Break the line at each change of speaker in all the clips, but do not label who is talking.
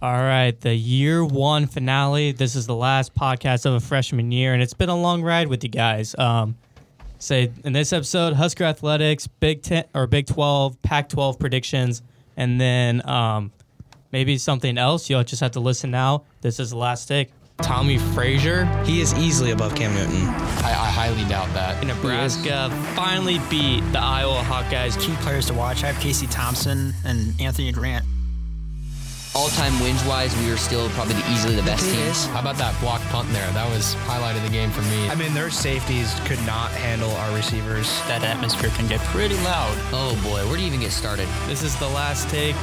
All right, the year one finale. This is the last podcast of a freshman year, and it's been a long ride with you guys. Um, say in this episode, Husker athletics, Big Ten or Big Twelve, Pac twelve predictions, and then um, maybe something else. You'll just have to listen now. This is the last take. Tommy Frazier,
He is easily above Cam Newton.
I, I highly doubt that.
Nebraska finally beat the Iowa Hawkeyes.
key players to watch. I have Casey Thompson and Anthony Grant.
All time wins wise, we are still probably the, easily the best team.
How about that block punt there? That was highlight of the game for me.
I mean, their safeties could not handle our receivers.
That atmosphere can get pretty loud.
Oh boy, where do you even get started?
This is the last take.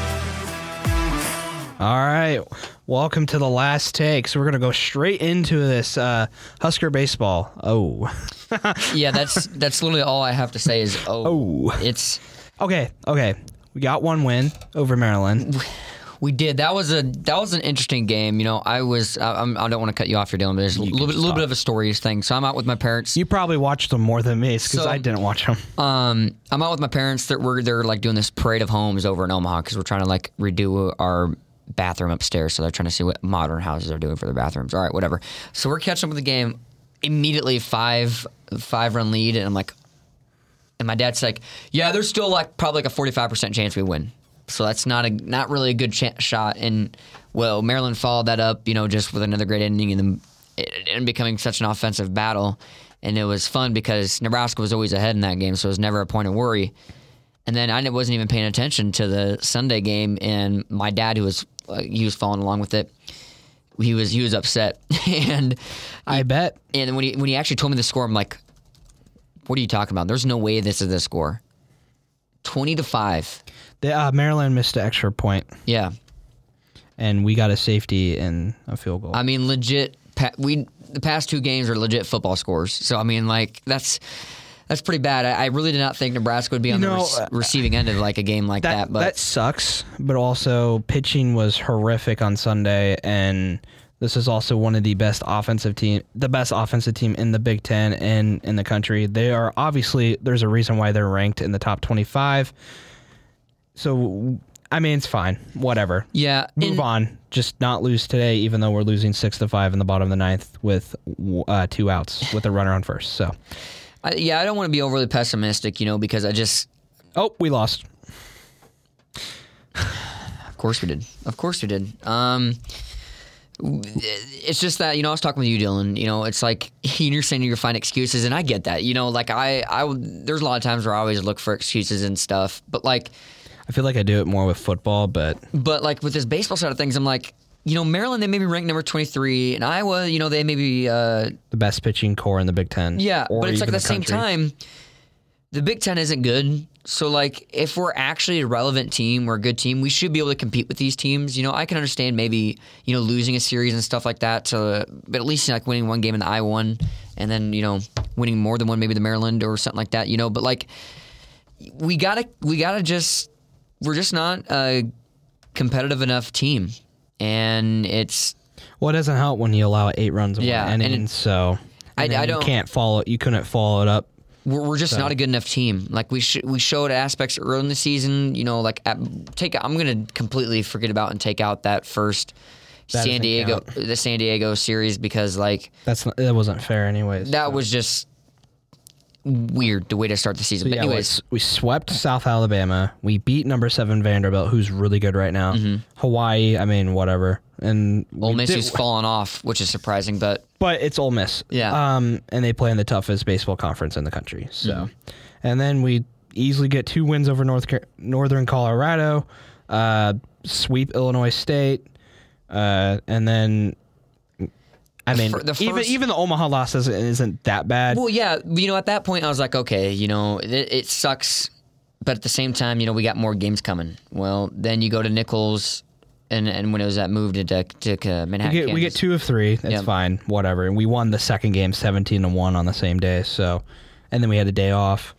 All right. Welcome to the last take. So we're going to go straight into this uh, Husker baseball. Oh.
Yeah, that's that's literally all I have to say is oh,
Oh.
it's
Okay. Okay. We got one win over Maryland.
we did. That was a that was an interesting game. You know, I was I, I'm, I don't want to cut you off, your Dylan, but there's a little, bit- little bit of a stories thing. So I'm out with my parents.
You probably watched them more than me because
So-
I didn't watch them.
Um, I'm out with my parents. They're we're, they're like doing this parade of homes over in Omaha because we're trying to like redo our bathroom upstairs. So they're trying to see what modern houses are doing for their bathrooms. All right, whatever. So we're catching up with the game. Immediately five five run lead, and I'm like, and my dad's like, yeah, there's still like probably like a 45 percent chance we win. So that's not a not really a good cha- shot. And well, Maryland followed that up, you know, just with another great ending and then it ended up becoming such an offensive battle. And it was fun because Nebraska was always ahead in that game, so it was never a point of worry. And then I wasn't even paying attention to the Sunday game, and my dad, who was uh, he was following along with it, he was he was upset, and
I bet.
and when he when he actually told me the score, I'm like, "What are you talking about? There's no way this is the score. Twenty to five.
They, uh, Maryland missed an extra point,
Yeah,
and we got a safety and a field goal.
I mean, legit. Pa- we the past two games are legit football scores. So I mean, like that's that's pretty bad. I, I really did not think Nebraska would be on
know,
the rec-
uh,
receiving end of like a game like that.
that,
but
that sucks. But also, pitching was horrific on Sunday, and this is also one of the best offensive team, the best offensive team in the Big Ten and in the country. They are obviously there's a reason why they're ranked in the top 25. So, I mean, it's fine, whatever.
yeah,
Move
and-
on. Just not lose today, even though we're losing six to five in the bottom of the ninth with uh, two outs with a runner on first. So,
I, yeah, I don't want to be overly pessimistic, you know, because I just
oh, we lost.
Of course we did. Of course we did. Um, w- it's just that you know I was talking with you, Dylan. You know, it's like you're saying you're finding excuses, and I get that. You know, like I, I would- there's a lot of times where I always look for excuses and stuff, but like,
I feel like I do it more with football, but
but like with this baseball side of things, I'm like, you know, Maryland they may be ranked number 23, and Iowa, you know, they may be uh,
the best pitching core in the Big Ten.
Yeah,
or
but it's like
even
at the same
country.
time, the Big Ten isn't good. So like, if we're actually a relevant team, we're a good team. We should be able to compete with these teams. You know, I can understand maybe you know losing a series and stuff like that. To but at least like winning one game in the I one, and then you know winning more than one, maybe the Maryland or something like that. You know, but like we gotta we gotta just we're just not a competitive enough team, and it's
Well, it doesn't help when you allow eight runs in
Yeah,
one
and
inning,
it-
so
I-
and then
I
You
don't-
can't follow. You couldn't follow it up.
we're, we're just not a good enough team. Like we sh- we showed aspects early in the season. You know, like at, take. I'm gonna completely forget about and take out that first
That doesn't
San Diego the San Diego series because like
That's not, that wasn't fair, anyways.
that was just weird the way to start the season.
So,
but
yeah,
anyways,
we, we swept South Alabama. We beat number seven Vanderbilt, who's really good right now. Hawaii, I mean, whatever. And
Mm-hmm. Ole
we
Miss
did-
has fallen off, which is surprising. But
but it's Ole Miss.
Yeah.
Um, and they play in the toughest baseball conference in the country. So, and then we easily get two wins over North Car- Northern Colorado, uh, sweep Illinois State, uh, and then. I mean,
fir- the
even
first-
even the Omaha loss isn't, isn't that bad.
well, yeah, you know, at that point I was like, okay, you know, it, it sucks, but at the same time, you know, we got more games coming. Well, then you go to Nichols. And, and when it was that moved to, to uh, Manhattan,
we get we get
Kansas.
two of three. That's
Yeah.
fine, whatever. And we won the second game, seventeen to one, on the same day. So, and then we had a day off,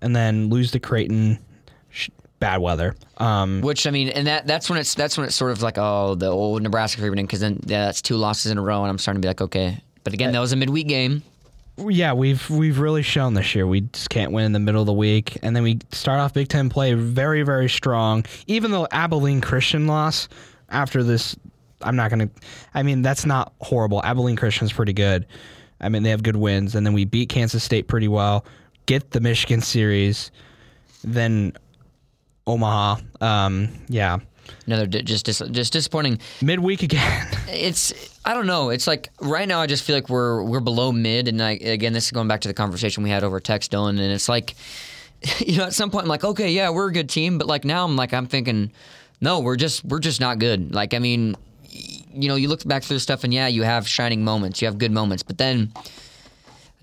and then lose to Creighton. Sh- bad weather. Um,
Which I mean, and that that's when it's that's when it's sort of like oh the old Nebraska Freeman because then yeah, that's two losses in a row and I'm starting to be like okay, but again that was a midweek game.
yeah, we've we've really shown this year. We just can't win in the middle of the week, and then we start off Big Ten play very very strong. Even though Abilene Christian loss after this I'm not gonna. I mean, that's not horrible. Abilene Christian's pretty good. I mean, they have good wins, and then we beat Kansas State pretty well. Get the Michigan series, then Omaha. Um, yeah,
Another di- just dis- just disappointing.
midweek again.
It's I don't know. It's like right now I just feel like we're we're below mid, and I, again this is going back to the conversation we had over text, Dylan, and it's like you know at some point I'm like okay yeah we're a good team, but like now I'm like I'm thinking no we're just we're just not good. Like I mean y- you know you look back through stuff and yeah you have shining moments, you have good moments, but then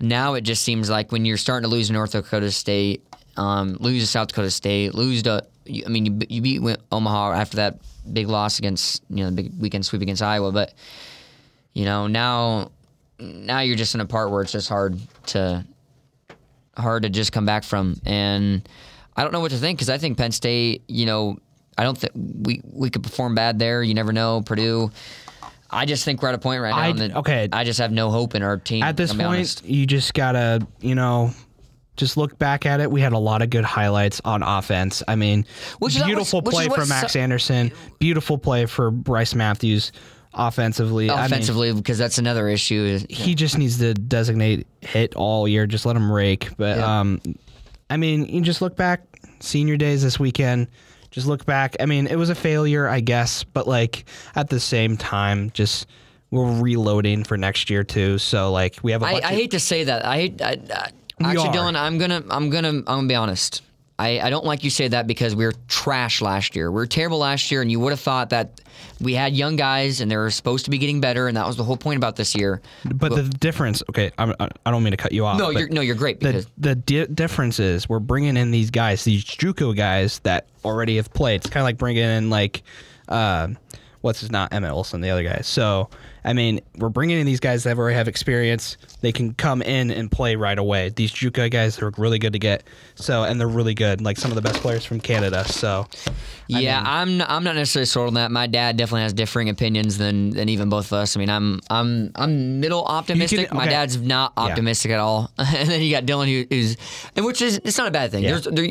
now it just seems like when you're starting to lose to North Dakota State, um, lose to South Dakota State, lose to you- I mean you, you beat Wi- Omaha after that big loss against you know the big weekend sweep against Iowa, but you know now now you're just in a part where it's just hard to hard to just come back from and I don't know what to think because I think Penn State you know I don't think we we could perform bad there you never know Purdue. I just think we're at a point right now.
I-
and that
okay.
I just have no hope in our team.
at this
I'll be
point,
honest.
you just gotta, you know, just look back at it. We had a lot of good highlights on offense. I mean,
Which is- that
beautiful
was- which
play
is what
from Max
su-
Anderson, beautiful play for Bryce Matthews offensively. I mean,
offensively because that's another issue. is-
he just needs to designate hit all year. Just let him rake. But
Yeah.
um, I mean, you just look back senior days this weekend. Just look back. I mean, it was a failure, I guess, but like at the same time, just we're reloading for next year too. So like we have a
I,
bunch
I
of-
hate to say that. I, hate- I, I
We
actually,
are.
Dylan, I'm gonna, I'm gonna, I'm gonna be honest. I, I don't like you say that because we were trash last year. We were terrible last year, and you would have thought that we had young guys and they were supposed to be getting better, and that was the whole point about this year.
But the difference, okay, I'm, I I don't mean to cut you off.
No,
but
you're no, you're great because
the the di- difference is we're bringing in these guys, these JUCO guys that already have played. It's kind of like bringing in like, uh, what's his not Emmett Olson, the other guy. So I mean, we're bringing in these guys that already have experience. They can come in and play right away. These JUCO guys, they're really good to get. So and they're really good, like some of the best players from Canada. So
yeah, I'm I'm not necessarily sold on that. My dad definitely has differing opinions than than even both of us. I mean, I'm I'm I'm middle optimistic. My
okay.
dad's not optimistic at all. and then you got Dylan who is, and which is it's not a bad thing. There's, there,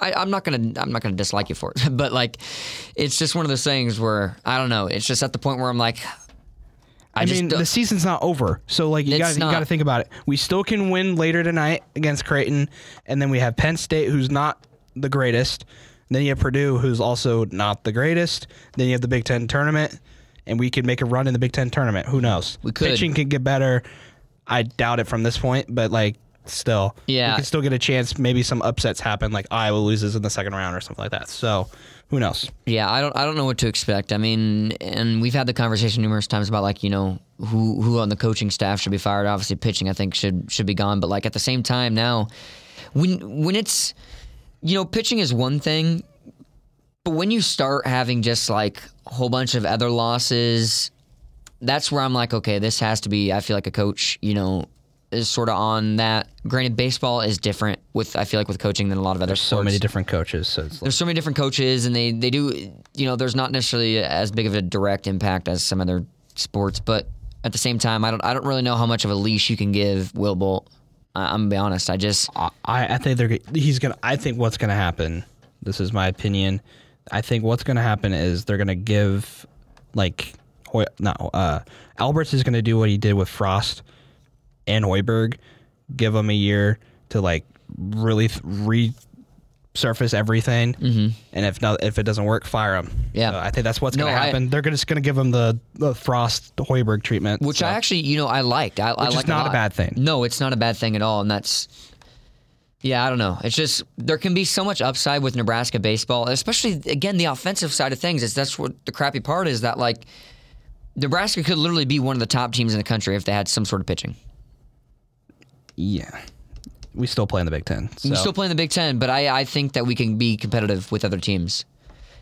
I, I'm not gonna I'm not gonna dislike you for it. but like, it's just one of those things where I don't know. It's just at the point where I'm like, I,
I
just
mean,
don't-
the season's not over, so like you
It's
got you
not.
got to think about it. We still can win later tonight against Creighton, and then we have Penn State, who's not the greatest. And then you have Purdue, who's also not the greatest. Then you have the Big Ten tournament, and we could make a run in the Big Ten tournament. Who knows? We
could.
Pitching could get better. I doubt it from this point, but like still,
Yeah.
we could still get a chance. Maybe some upsets happen, like Iowa loses in the second round or something like that. So who knows?
Yeah, I don't I don't know what to expect. I mean, and we've had the conversation numerous times about like, you know, who who on the coaching staff should be fired. Obviously pitching I think should should be gone, but like at the same time now when when it's you know, pitching is one thing, but when you start having just like a whole bunch of other losses, that's where I'm like, okay, this has to be I feel like a coach, you know, is sort of on that. Granted, baseball is different with I feel like with coaching than a lot of other
So
sports
many different coaches. So it's like,
there's so many different coaches and they, they do you know there's not necessarily as big of a direct impact as some other sports but at the same time i don't i don't really know how much of a leash you can give will bolt I, i'm gonna be honest i just
I, I think they're g- he's gonna. I think what's gonna happen. This is my opinion. I think what's gonna happen is they're gonna give, like, Hoy, no, uh, Alberts is gonna do what he did with Frost and Hoiberg, give him a year to like really th- resurface everything, mm-hmm. and if not, if it doesn't work, fire him.
Yeah.
So I think that's what's
No,
gonna
I-
happen. they're gonna, just gonna give him the, the Frost Hoiberg treatment,
which
so.
I actually, you know, I liked. I, I
Which is
liked
not a
lot.
bad thing.
No, it's not a bad thing at all, and that's. Yeah, I don't know. It's just there can be so much upside with Nebraska baseball, especially again the offensive side of things. Is that's what the crappy part is that like Nebraska could literally be one of the top teams in the country if they had some sort of pitching.
yeah. We still play in the Big Ten. So.
We're still playing the Big Ten, but I, I think that we can be competitive with other teams.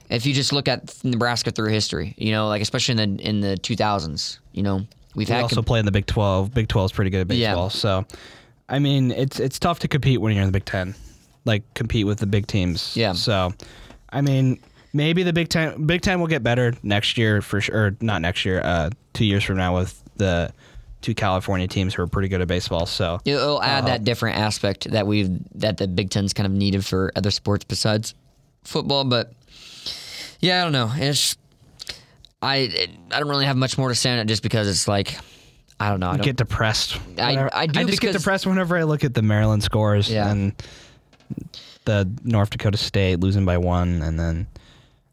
If you just look at Nebraska through history, you know, like especially in the in the two thousands, you know, we've
we
had
also play in the Big Twelve. Big Twelve's pretty good at
Yeah.
baseball, so I mean it's it's tough to compete when you're in the Big Ten, like compete with the big teams.
Yeah.
So, I mean maybe the Big Ten Big Ten will get better next year for sure, or not next year, uh, two years from now with the two California teams who are pretty good at baseball. So
It'll add that different aspect that we've that the Big Ten's kind of needed for other sports besides football. But yeah, I don't know. It's I I don't really have much more to say on it just because it's like I don't know. I don't,
get depressed.
I-
whenever-
I do
just get
because-
depressed whenever I look at the Maryland scores
Yeah.
and the North Dakota State losing by one, and then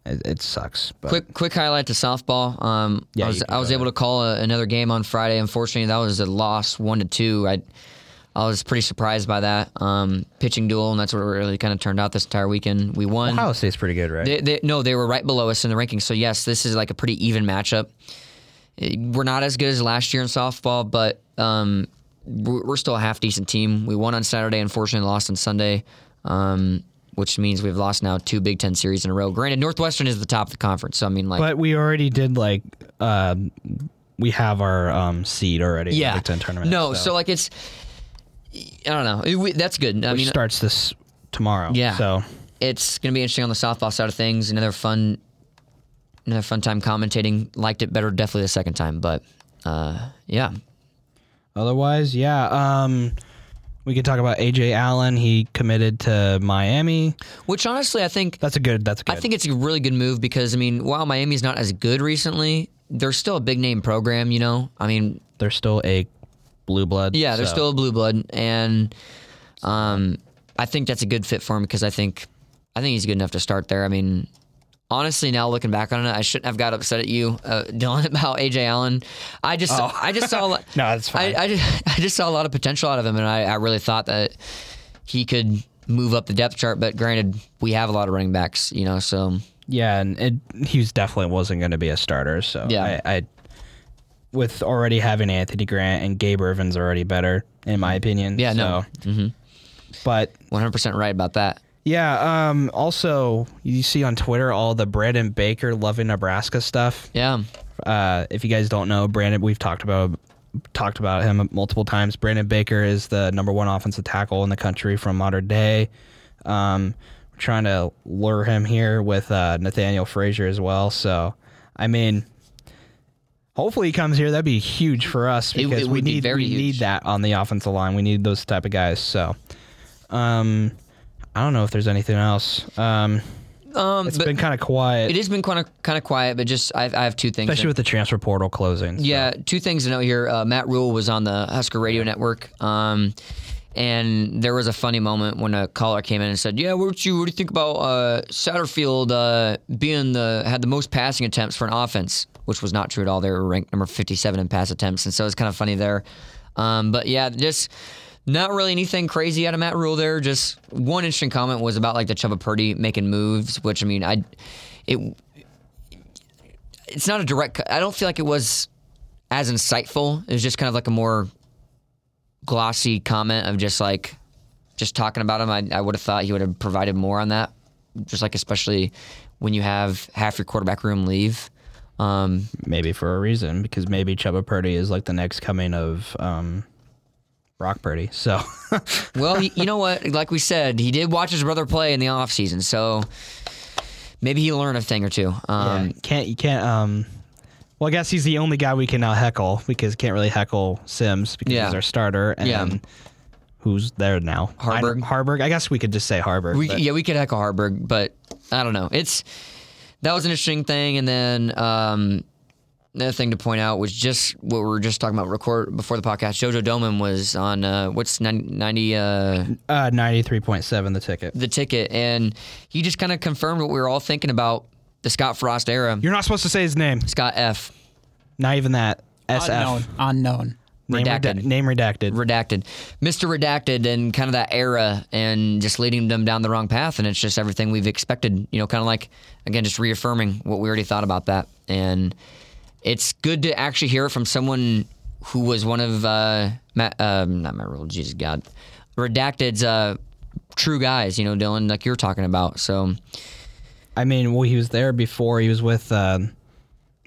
it, it sucks. But
quick quick highlight to softball. Um,
Yeah,
I was
you can
I
go
was able to call a, another game on Friday. Unfortunately, that was a loss, one to two. I I was pretty surprised by that um, pitching duel, and that's what it really kind of turned out this entire weekend. We won.
Ohio State's pretty good, right?
They, they, no, they were right below us in the rankings. So yes, this is like a pretty even matchup. Eh, We're not as good as last year in softball, but um, we're we're still a half decent team. We won on Saturday, unfortunately lost on Sunday, um, which means we've lost now two Big Ten series in a row. Granted, Northwestern is the top of the conference, so I mean, like,
but we already did like uh, we have our um, seed already. in the
yeah,
Big Ten tournament.
no, so, like it's, I don't know, It- we, that's good. I
which
mean, uh,
starts this tomorrow.
Yeah.
So
it's going to be interesting on the softball side of things. Another fun, another fun time commentating. Liked it better definitely the second time, but uh, yeah,
otherwise, yeah. Um, we could talk about AJ Allen. He committed to Miami.
Which honestly, I think
That's a good. That's a good.
I think it's a really good move because I mean, while Miami's not as good recently, they're still a big name program. You know, I mean,
they're still a blue blood.
yeah, they're
so-
still a blue blood, and um, I think that's a good fit for him because I think I think he's good enough to start there. I mean. Honestly, now looking back on it, I shouldn't have got upset at you, uh, Dylan, about AJ Allen. I just, I just saw, no,
Oh. that's fine.
I, I just, I just saw a lot of potential out of him, and I, I really thought that he could move up the depth chart. But granted, we have a lot of running backs, you know, so
Yeah, and it, Hughes definitely wasn't going to be a starter. So
Yeah.
I, I with already having Anthony Grant and Gabe Irvin's already better in my opinion.
Yeah,
so.
no. Mm-hmm.
But
100% right about that.
yeah, um, also you see on Twitter all the Brandon Baker loving Nebraska stuff.
Yeah.
Uh, if you guys don't know, Brandon, we've talked about talked about him multiple times. Brandon Baker is the number one offensive tackle in the country from modern day. Um, we're trying to lure him here with uh, Nathaniel Frazier as well. So, I mean, hopefully he comes here. That'd be huge for us
It- it
because we
would be
need
very
we need
huge.
that on the offensive line. We need those type of guys. So, um, I don't know if there's anything else. Um,
Um,
it's
but
been kind of quiet,
it has been kind of kind of quiet, but just I, I have two things.
especially with the transfer portal closing. so.
yeah, two things to note here. Uh, Matt Rule was on the Husker Radio Network, um, and there was a funny moment when a caller came in and said, "Yeah, what do you what do you think about uh, Satterfield uh, being the had the most passing attempts for an offense?" Which was not true at all. They were ranked number fifty-seven in pass attempts, and so it's kind of funny there. Um, but yeah, just not really anything crazy out of Matt Rule there. Just one interesting comment was about like the Chuba Purdy making moves, which I mean, I it it's not a direct. cut. I don't feel like it was as insightful. It was just kind of like a more glossy comment of just like just talking about him. I, I would have thought he would have provided more on that. Just like especially when you have half your quarterback room leave. Um,
maybe for a reason because maybe Chuba Purdy is like the next coming of um, Rock Purdy. So
well, y- you know what? Like we said, he did watch his brother play in the off season, so maybe he learned a thing or two. Um,
um, can't you can't um, well I guess he's the only guy we can now heckle because can't really heckle Sims because
Yeah.
he's our starter and
Yeah.
who's there now I don't-
Harburg.
Harburg. I guess we could just say Harburg.
We,
but-
yeah, we could heckle Harburg, but I don't know. It's that was an interesting thing, and then um, another thing to point out was just what we were just talking about record before the podcast. Jojo Doman was on uh, what's 90, 90 uh,
uh, ninety three point seven the ticket.
the ticket, and he just kind of confirmed what we were all thinking about the Scott Frost era.
You're not supposed to say his name.
Scott F.
Not even that. SF.
Unknown. Unknown.
Name
Redacted.
name redacted.
redacted, Mr. Redacted, and kind of that era, and just leading them down the wrong path. And it's just everything we've expected, you know, kind of like, again, just reaffirming what we already thought about that. And it's good to actually hear it from someone who was one of, uh, Matt, um, not Matt Rule, Jesus God, Redacted's uh, true guys, you know, Dylan, like you're talking about. So,
I mean, well, he was there before. He was with, uh,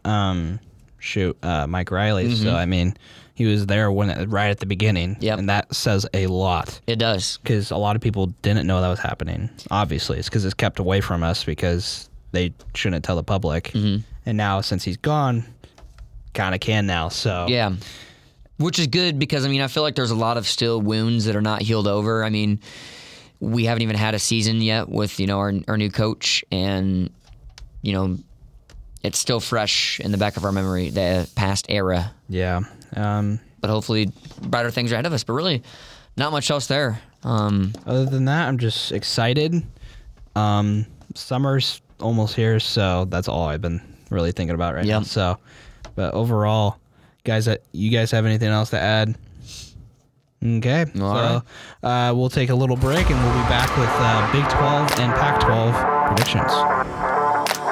um, shoot, uh, Mike Riley. So I mean, he was there when it, right at the beginning.
Mm-hmm. Yep.
and that says a lot
it does.
because a lot of people didn't know that was happening. Obviously, it's because it's kept away from us because they shouldn't tell the public.
Mm-hmm.
And now, since he's gone, kind of can now. So
Yeah. Which is good because I mean I feel like there's a lot of still wounds that are not healed over. I mean, we haven't even had a season yet with you know our our new coach and you know it's still fresh in the back of our memory, the past era.
Yeah. Um,
But hopefully, brighter things are ahead of us. But really, not much else there. Um,
other than that, I'm just excited. Um, summer's almost here, so that's all I've been really thinking about right now.
Yep.
So, but overall, guys, uh, you guys have anything else to add? Okay, so
All
uh, we'll take a little break and we'll be back with uh, Big 12 and Pac 12 predictions.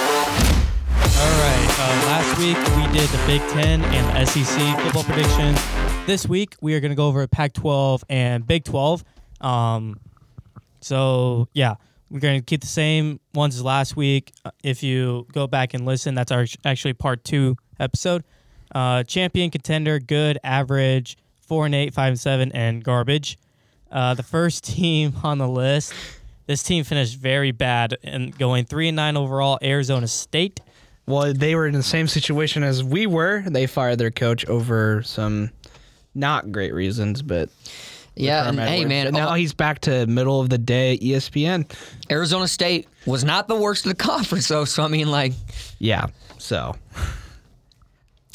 All right. Uh, last week we did the Big Ten and the SEC football predictions. This week we are going to go over Pac-12 and Big 12. Um, so yeah, we're going to keep the same ones as last week. Uh, If you go back and listen, that's our actually part two episode. Uh, champion, contender, good, average, four and eight, five and seven, and garbage. Uh, the first team on the list. This team finished very bad and going three and nine overall. Arizona State.
Well, they were in the same situation as we were. They fired their coach over some not great reasons, but
yeah, and hey, man, uh,
And now
all-
he's back to middle of the day E ESPN.
Arizona State was not the worst of the conference, though. So I mean, like,
Yeah, so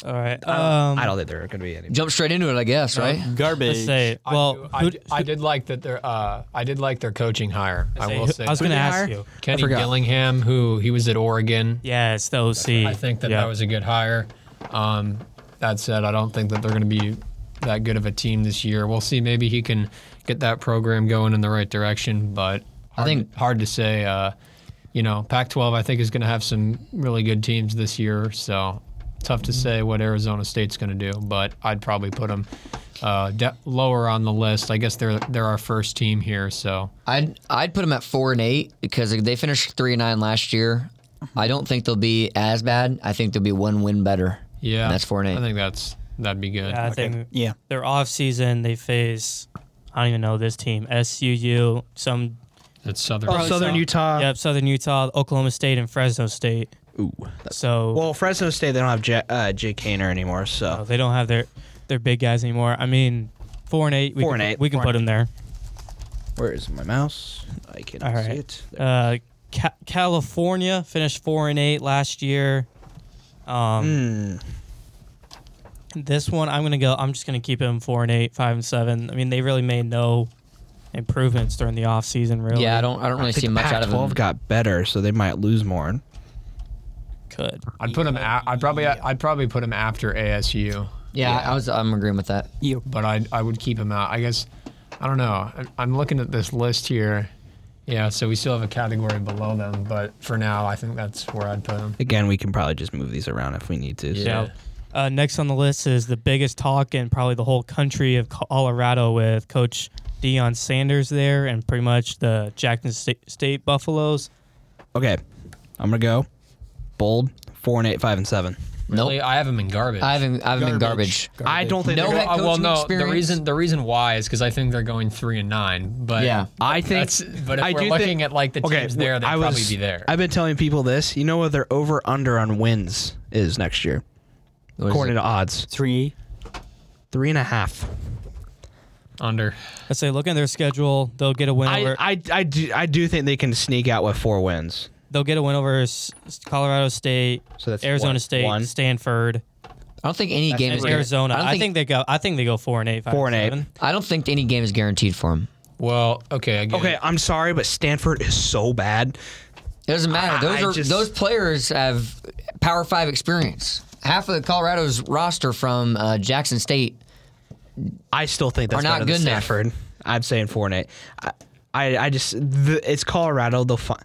All right. Um,
I don't think there are going to be any.
jump straight into it, I guess, right?
Garbage.
let's say.
I do-
Well,
I,
who-
d- I did like that. Their uh, I did like their coaching hire. I
say-
will say.
I was
that.
going to
they
ask
hire?
you.
Kenny
forgot.
Gillingham, who he was at Oregon.
Yes, the OC.
I think that
Yeah.
that was a good hire. Um, that said, I don't think that they're going to be that good of a team this year. We'll see. Maybe he can get that program going in the right direction, but hard,
think-
hard to say. Uh, you know, Pac-12 I think is going to have some really good teams this year, so tough to say what Arizona State's going to do. But I'd probably put them uh, de- lower on the list. I guess they're they're our first team here, so
I'd I'd put them at four and eight because they finished three and nine last year. I don't think they'll be as bad. I think they'll be one win better.
yeah,
And that's four and eight.
I think that's that'd be good.
I think
Yeah.
their off season they face. I don't even know this team. SUU, some
It's Southern.
Oh, Southern
some-
Utah.
Yep, Southern Utah, Oklahoma State, and Fresno State. Ooh. So
Well, Fresno State they don't have J- uh, Jake Hayner anymore,
uh,
Oh.
so
they don't have their their big guys anymore. I mean, four and eight. We
Four
can,
and
pu-
eight,
We can
four
put them there.
where is my mouse? I cannot
All
see
right.
it. There.
Uh, Ca- California finished four and eight last year. Um,
Hmm.
This one, I'm gonna go. I'm just gonna keep him four and eight, five and seven. I mean, they really made no improvements during the off season. Really,
Yeah, I don't I don't really
I
see
think
much out of them.
Pac-12 got better, so they might lose more.
could.
I'd put him. A- I'd probably. I'd probably put him after ASU,
yeah, I was I'm agreeing with that.
but I. I would keep him out. I guess. I don't know. I- I'm looking at this list here. Yeah, so we still have a category below them, but for now, I think that's where I'd put him.
Again, we can probably just move these around if we need to. so-
Yeah. Uh, next on the list is the biggest talk in probably the whole country of Colorado with Coach Deion Sanders there and pretty much the Jackson State, State Buffaloes.
Okay, I'm gonna go bold four and eight, five and seven.
Nope.
Really, I have him in garbage.
I haven't I haven't been garbage.
I don't think.
No
they're
head
gonna-
Uh, well,
coaching
no. The
experience?
reason. The reason why is because I think they're going three and nine. But
Yeah.
I think.
That's, but if
I
we're
do
looking
think,
at like the teams
okay,
there, they'd
I
probably
was-
be there.
I've been telling people this. You know what their over under on wins is next year,
What is
according
it?
to odds,
Three.
three and a half.
Under.
Let's say look at their schedule, they'll get a win
I,
over.
I, I do I do think they can sneak out with four wins.
they'll get a win over S- S- Colorado State,
So that's
Arizona
one-
State,
one.
Stanford,
I don't think any game
and
is
Arizona.
I don't think,
they go. I think they go four and eight. five
Four and eight.
seven.
I don't think any game is guaranteed for him.
Well, okay. I get
Okay,
it.
I'm sorry, but Stanford is so bad.
It doesn't matter. Those
I
are
just-
those players have Power Five experience. Half of Colorado's roster from uh, Jackson State.
I still think that's
Are not
better than
good enough.
Stanford. I'm saying four and eight. I, I, I just the, it's Colorado. They'll find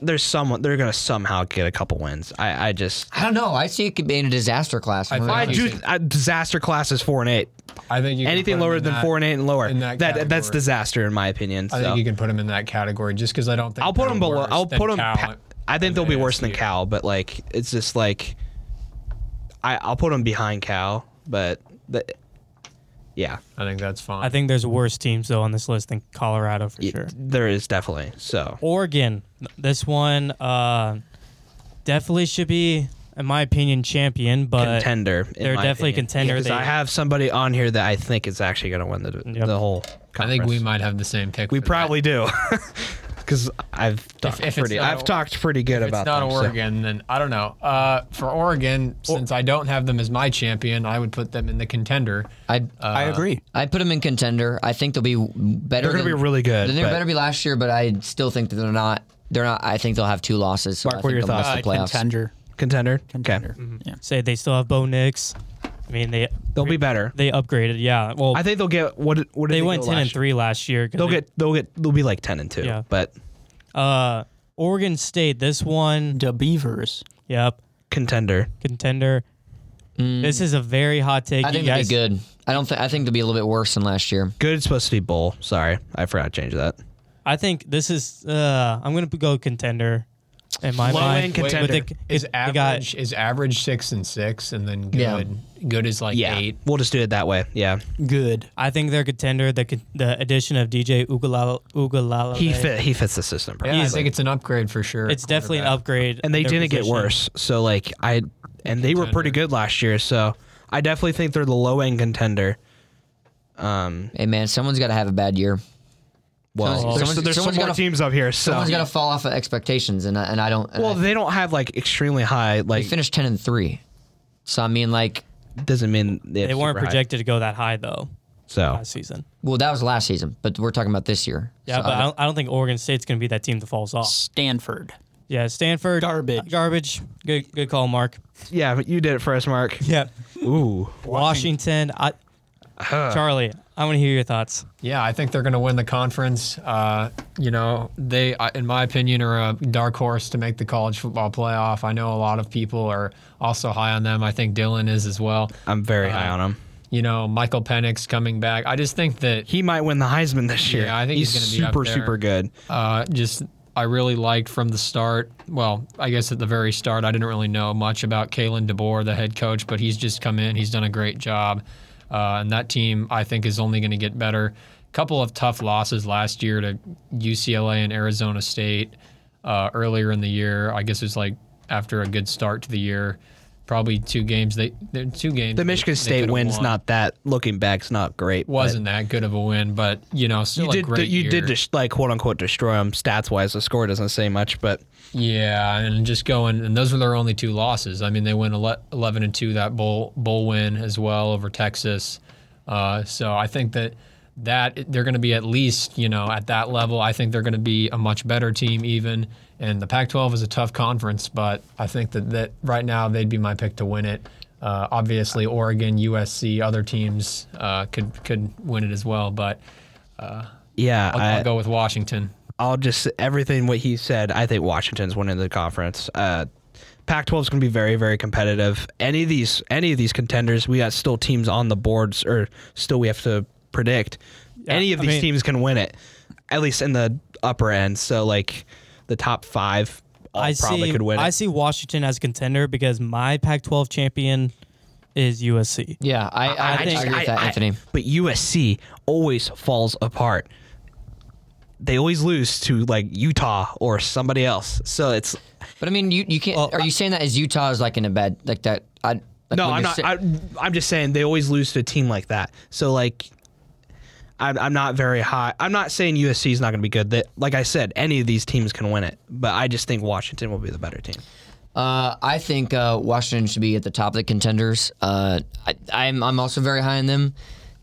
there's someone they're gonna somehow get a couple wins. I, I just
I don't know. I see it could be in a disaster class.
I-
We're
I
I
not-
do I, disaster class is four and eight.
I think you can put
Anything
'em
lower
in
than
that-
four and eight and lower
in that
that that's
category.
disaster in my opinion.
I
so.
think you can put him in that category just because I don't think
I'll put
they're
them below.
worse
I'll
than
put them.
Cal.
I think
and
they'll be worse than
ASU.
Cal, but like it's just like I I'll put them behind Cal, but the, yeah,
I think that's fine.
I think there's worse teams though on this list than Colorado for sure.
there is definitely so.
Oregon. This one uh, definitely should be, in my opinion, champion. But
Contender. in
they're
my
definitely
opinion.
contender.
Because
They-
I have somebody on here that I think is actually going to win the
Yep.
the whole.
I think we
conference.
might have the same pick.
We
for that.
probably do. because I've talked
if it's
pretty.
not
I've
a-
talked pretty good
If
about
it's not
them, so-
Oregon, then I don't know. Uh, for Oregon, since I don't have them as my champion, I would put them in the contender.
I'd
I agree.
I'd put them in contender. I think they'll be better.
They're gonna
than-
be really good,
They
but-
better be last year, but I still think that they're not. They're not. I think they'll have two losses. So
Mark,
I
what are
think
your
they'll miss
thoughts?
The playoffs.
Uh, contender.
contender.
Contender.
Okay,
Yeah.
Say they still have Bo Nix. I mean, they
they'll be better.
they upgraded. Yeah. Well,
I think they'll get what? What did
they
go
went ten
last
and
year?
three last year. 'cause
They'll
they-
get. They'll get. They'll be like ten and two.
Yeah.
but
uh, Oregon State. This one.
The Beavers.
Yep.
contender.
Contender. This is a very hot take.
Mm. I
You
think they'll be
guys,
good. I don't. think I think they'll be a little bit worse than last year.
Good is supposed to be bowl. Sorry, I forgot to change that.
I think this is. Uh, I'm gonna go contender. In my
Low
mind,
end
With the-
contender.
Is
it- they got-
average is average six and six, and then good.
Yeah.
Good is like
Yeah,
eight.
we'll just do it that way. Yeah,
Good.
I think they're contender. The con- the addition of DJ Ugalala. Ugalala
he fit. He fits the system.
Yeah, I
perfectly.
think it's an upgrade for sure.
It's definitely an
Quarterback.
upgrade.
and they
at their
didn't get
position.
worse. So like I, and they were pretty good last year. So I definitely think they're the low end contender.
Hey man, someone's got to have a bad year.
Well,
Someone's-
there's,
someone's-
there's some
someone's
more
gotta-
teams up here. So
Someone's got to fall off of expectations, and I, and I don't. and
well,
I-
they don't have like extremely high.
they
Like
finished ten and three. So I mean, like,
doesn't mean
They weren't projected to go that high though
So
last season.
well, that was last season, but we're talking about this year.
Yeah,
So
but
I
I don't, I don't think Oregon State's going to be that team that falls off.
Stanford.
Yeah, Stanford
Garbage.
garbage. Good, good call, Mark.
yeah, but you did it for us, Mark.
Yeah,
Ooh,
Washington. I, Charlie, I want to hear your thoughts.
Yeah, I think they're going to win the conference. Uh, you know, they, I- in my opinion, are a dark horse to make the college football playoff. I know a lot of people are also high on them. I think Dylan is as well.
I'm very
Uh,
high on him.
You know, Michael Penix coming back. I just think that
He might win the Heisman this year.
Yeah, I think he's gonna be up
super
there.
super good.
uh, just I really liked from the start. Well, I guess at the very start, I didn't really know much about Kalen DeBoer, the head coach, but he's just come in. He's done a great job, uh, and that team I think is only going to get better. Couple of tough losses last year to UCLA and Arizona State uh, earlier in the year. I guess it was like after a good start to the year, probably two games. They they're two games.
The
they-
Michigan
they
State
could've
win's
won.
not that. Looking back's not great. but
wasn't that good of a win, but you know still
You
a
did
great.
you
year.
did just like quote unquote destroy him stats wise. The score doesn't say much, but
Yeah, and just going, and those were their only two losses. I mean, they went ele- eleven and two that bowl bowl win as well over Texas. Uh, so I think that that they're going to be at least you know at that level. I think they're going to be a much better team even. And the Pac-12 is a tough conference, but I think that that right now they'd be my pick to win it. Uh, obviously, Oregon, USC, other teams uh, could could win it as well, but
yeah,
I'll, I'll go with Washington.
I'll just everything what he said. I think Washington's winning the conference. Uh, Pac-12 is going to be very, very competitive. Any of these, any of these contenders, we got still teams on the boards, or still we have to predict. any of
I
these
mean-
teams can win it, at least in the upper end. So like the top five, all
I
probably
see.
could win.
I
it.
see Washington as a contender because my Pac-12 champion is USC.
yeah, I, I, I,
just-
agree with that,
I-
Anthony.
But USC always falls apart. They always lose to like Utah or somebody else. So it's
But I mean, you you can't. are you saying that as Utah is like in a bad like that? I like
No,
when
I'm
you're
not.
si-
I, I'm just saying they always lose to a team like that. So like, I'm, I'm not very high. I'm not saying USC is not going to be good. That like I said, any of these teams can win it. But I just think Washington will be the better team.
Uh, I think uh, Washington should be at the top of the contenders. Uh, I, I'm I'm also very high on them.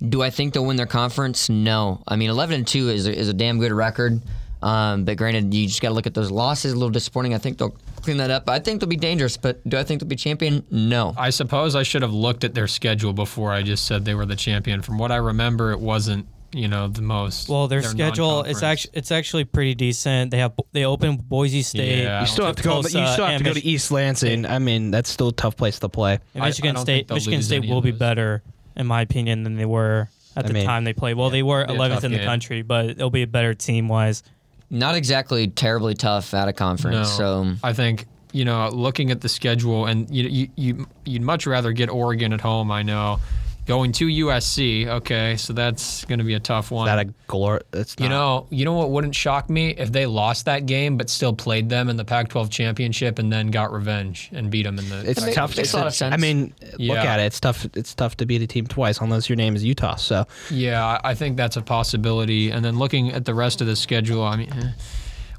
Do I think they'll win their conference? No. I mean, 11 and two is a, is a damn good record. Um, but granted, you just got to look at those losses. A little disappointing. I think they'll clean that up. I think they'll be dangerous. But do I think they'll be champion? No.
I suppose I should have looked at their schedule before I just said they were the champion. From what I remember, it wasn't, you know, the most.
Well, their schedule it's
non-conference.
actually it's actually pretty decent. They have they open Boise State.
Yeah.
You
You
still
still
have to go. uh, You
Tulsa
still have
and
to go to
Mich-
East Lansing. I mean, that's still a tough place to play.
And
I- I
Michigan
don't
State.
think they'll
Michigan
lose
State
any
will
of
be
those.
better, in my opinion, than they were at
I
the
mean,
time they played. Well, they were
be a
11th in the
tough game.
country, but it'll be a better team wise.
Not exactly terribly tough out of
No,
conference.
um,
So
I think you know, looking at the schedule, and you you, you you'd much rather get Oregon at home. I know, going to USC. Okay, so that's going to be a tough one.
That a glor. It's not,
You know, you know what wouldn't shock me if they lost that game, but still played them in the Pac-12 championship, and then got revenge and beat them in the.
It's
makes-
tough.
makes
to,
a lot of sense.
I mean,
Yeah.
look at it. It's tough. It's tough to beat a team twice unless your name is Utah. So
Yeah, I I think that's a possibility. And then looking at the rest of the schedule, I mean, eh,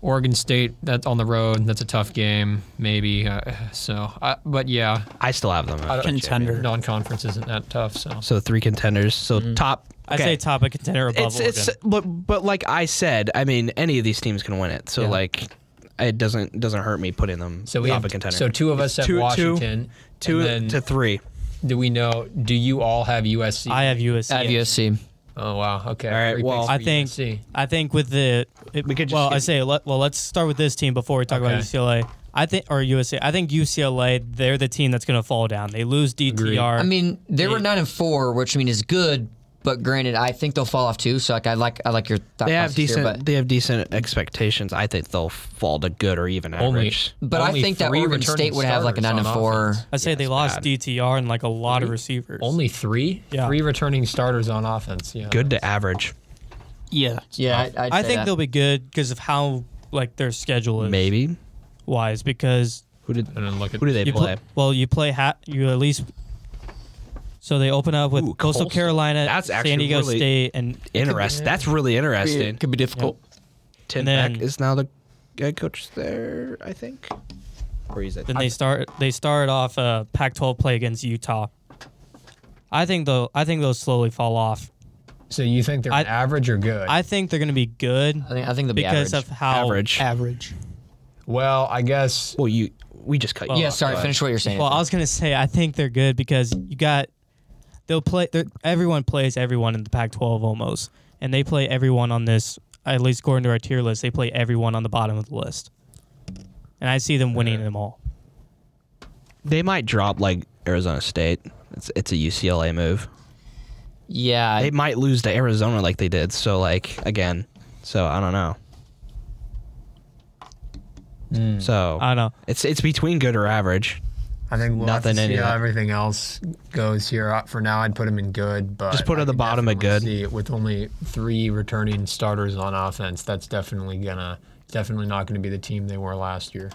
Oregon State, that's on the road. That's a tough game, maybe. Uh, so, I, but yeah,
I still have them.
don't-
Contender.
non-conference isn't that tough. So,
So three contenders. So
Mm-hmm.
top.
I say top of contender above
It's
Oregon.
it's but but like I said, I mean any of these teams can win it. So
Yeah.
like it doesn't doesn't hurt me putting them
so we
top
have
of contender.
so two of us have
Two- two-
Washington.
two
and then
to three.
do we know? Do you all have USC?
I have USC.
I have USC.
oh wow. Okay.
All right,
Three
well-
picks
I
for
think
USC.
I think with the it,
We could just
well,
skip-
I say let, well, let's start with this team before we talk
Okay.
about UCLA. I think or USA. I think UCLA. They're the team that's going to fall down. They lose DTR.
I mean, they were nine and four, which I mean is good. But granted, I think they'll fall off too. So like, I like I like your thought
They have
process here,
decent.
but-
they have decent expectations. I think they'll fall to good or even
Only-
average.
But I
Only
think that
three
Oregon
returning
State would have like a nine
starters on
and four.
offense.
I say they lost DTR and like a lot of receivers.
Only three.
Yeah.
Three returning starters on offense. Yeah.
good to average,
Yeah.
Yeah, I'd, I'd
I
say
think
that.
they'll be good because of how like their schedule is
maybe.
wise. Because
Who did?
And then look at
Who do they
you
play?
play well, you play ha- you at least. So they open up with
Ooh,
Coastal
Coastal.
Carolina,
That's actually
San Diego
really-
State, and
Interest. That's really interesting.
be difficult.
Tim
And then-
Beck is now the head coach there. I think. Or is it?
Then they start they start off a Pac-12 play against Utah. I think they'll I think they'll slowly fall off.
So you think they're
I-
average or good?
I think they're going to be good
I think I think they'll be
because
average.
of how
average.
Average.
well, I guess
well, you. We just cut. you
yeah,
off,
sorry.
but-
Finish what you're saying.
Well, I was going to say I think they're good because you got they'll play they're- everyone plays everyone in the Pac-12 almost. And they play everyone on this at least according to our tier list, they play everyone on the bottom of the list. And I see them winning them all.
They might drop like Arizona State. It's it's a UCLA move.
yeah, I-
They might lose to Arizona like they did. So like again. So I don't know. So
Hmm. I don't know.
It's it's between good or average.
I think we'll have to
Nothing in
see
it.
how everything else goes here. Uh, For now, I'd put him in good, but
Just put him
I
at the
could
bottom of
definitely
good.
See with only three returning starters on offense, that's definitely gonna definitely not going to be the team they were last year.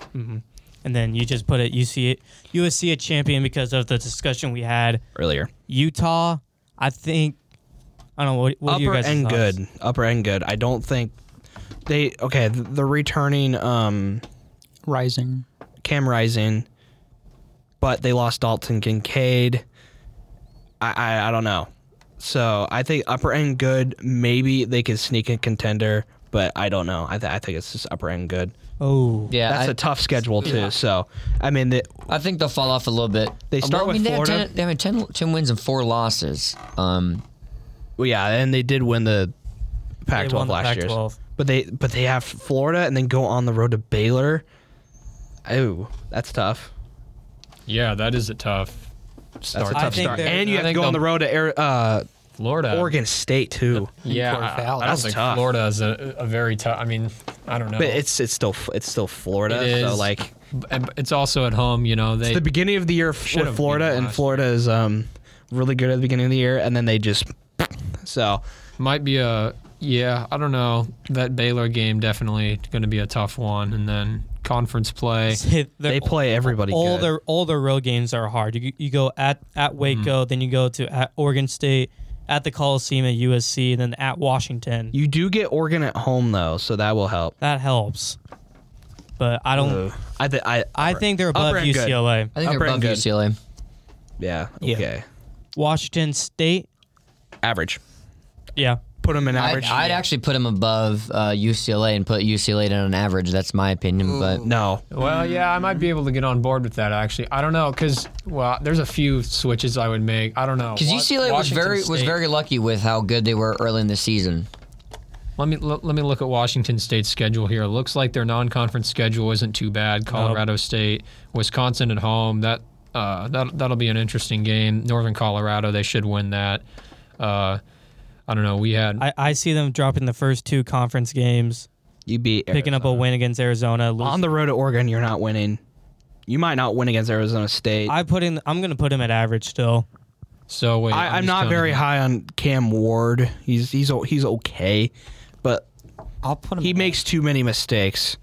And then you just put it UC USC a champion because of the discussion we had
Earlier.
Utah, I think. I don't know what, what do you
upper
guys
and
thoughts?
good. Upper and good. I don't think they okay, the, the returning um
Rising.
Cam Rising, but they lost Dalton Kincaid. I, I I don't know. So I think upper end good. Maybe they could sneak a contender, but I don't know. I, th- I think it's just upper end good.
Oh,
yeah.
That's
I-
a tough schedule too.
Yeah.
So I mean, the,
I think they'll fall off a little bit.
They start
well, I
with
mean, they
Florida.
Have 10, they have 10, 10 wins and four losses. Um,
well, yeah, and they did win the
They won
Pac-12
the
last year.
Pac-12.
But they but they have Florida and then go on the road to Baylor. Ooh, that's tough.
Yeah, that is a tough
That's
start.
a
I
tough
think
start.
they're-
And you
I
have to
think
go on the
they'll-
road to Air, uh,
Florida,
Oregon State too.
Yeah, I, I don't
That's
think
tough.
Florida is a, a very tough. I mean, I don't know.
But it's it's still it's still Florida.
It
So
is.
like
And it's also at home. You know, they
the beginning of the year
Should
with
have
Florida,
beaten
and
last
Florida is um really good at the beginning of the year, and then they just so
might be a yeah i don't know that baylor game definitely going to be a tough one and then conference play
they play everybody.
All
good. Mm-hmm.
their all their road games are hard. You you go at at Waco, then you go to at Oregon State, at the Coliseum at USC, then at Washington.
you do get Oregon at home though, so that will help.
that helps. But I don't.
I think I
I think they're above
Upper and good.
UCLA.
I think
Upper
they're above
and good.
UCLA.
yeah
Yeah.
okay
Washington State.
average.
Yeah.
Put them in
I'd,
average.
I'd actually put them above uh, UCLA and put UCLA down on average. That's my opinion. But
no,
well yeah i might be able to get on board with that actually i don't know because well there's a few switches i would make i don't know
because
Wa-
UCLA was
Washington
very was
State-
very lucky with how good they were early in the season.
let me let, let me look at washington state's schedule here looks like their non-conference schedule isn't too bad colorado state wisconsin at home that uh, that that'll be an interesting game. Northern Colorado, they should win that. Uh, I don't know. We had
I, I see them dropping the first two conference games,
you beat
picking up a win against Arizona. lose-
on the road to Oregon. You're not winning. You might not win against Arizona State.
I put in. I'm gonna put him at average still.
so wait.
I, I'm
just
not
counting.
very high on Cam Ward. He's he's o- he's okay, but
I'll put him.
he makes too many mistakes.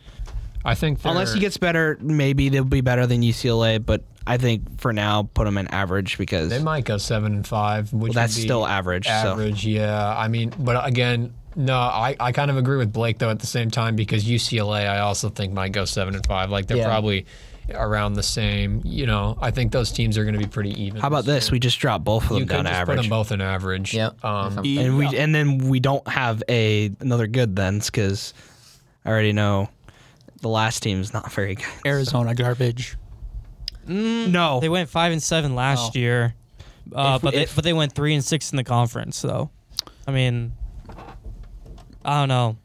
I think
Unless he
they're-
gets better, maybe they'll be better than UCLA. But I think for now, put him in average because
They might go seven and five, which
that's
would be
still average, so-
Average, yeah. I mean, but again, No, I, I kind of agree with Blake though at the same time because UCLA I also think might go seven and five. Like they're
Yeah.
probably around the same. You know, I think those teams are going to be pretty even.
How about this? We just drop both of them
You could
down to
just put them
average.
both in average.
Yep.
Um,
and we and then we don't have a another good then because I already know the last team's not very good.
Arizona garbage.
No,
They went five and seven last
Oh.
year, uh,
Oh. If we-
but they,
if-
but they went three and six in the conference. So, I mean, I don't know.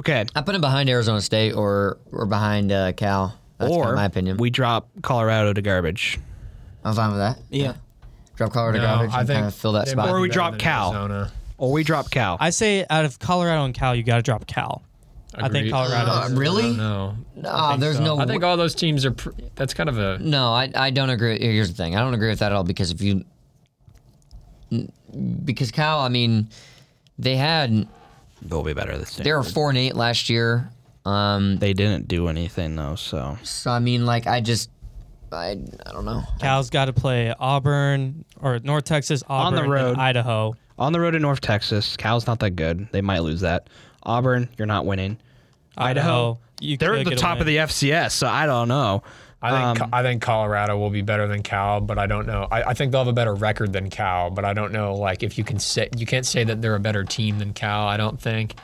okay.
I put him behind Arizona State or or behind uh, Cal. That's kinda
or
my opinion.
we drop Colorado to garbage.
I'm fine with that.
Yeah.
Drop Colorado
No,
garbage
I
and
think
kind of fill that
they
spot.
might
Or we
be better
drop
than
Cal.
Arizona.
Or we drop Cal.
I say out of Colorado and Cal, you got to drop Cal. I think
Agreed.
Uh,
Colorado.
really?
No,
Nah, there's no.
I think all those teams are. Pr- that's kind of a.
No, I, I don't agree. Here's the thing. I don't agree with that at all because if you because Cal, I mean, they had
They'll be better this year.
they were four and eight last year. Um,
They didn't do anything though, so
so I mean, like I just I I don't know.
Cal's got to play Auburn or North Texas,
On
Auburn,
the road.
and Idaho.
on the road to North Texas, Cal's not that good. They might lose that. Auburn, you're not winning. Idaho,
you
They're at
could
the
get a
top of
win.
the FCS, so I don't know.
I think
Um,
I think Colorado will be better than Cal, but I don't know. I, I think they'll have a better record than Cal, but I don't know. Like if you can say you can't say that they're a better team than Cal. I don't think.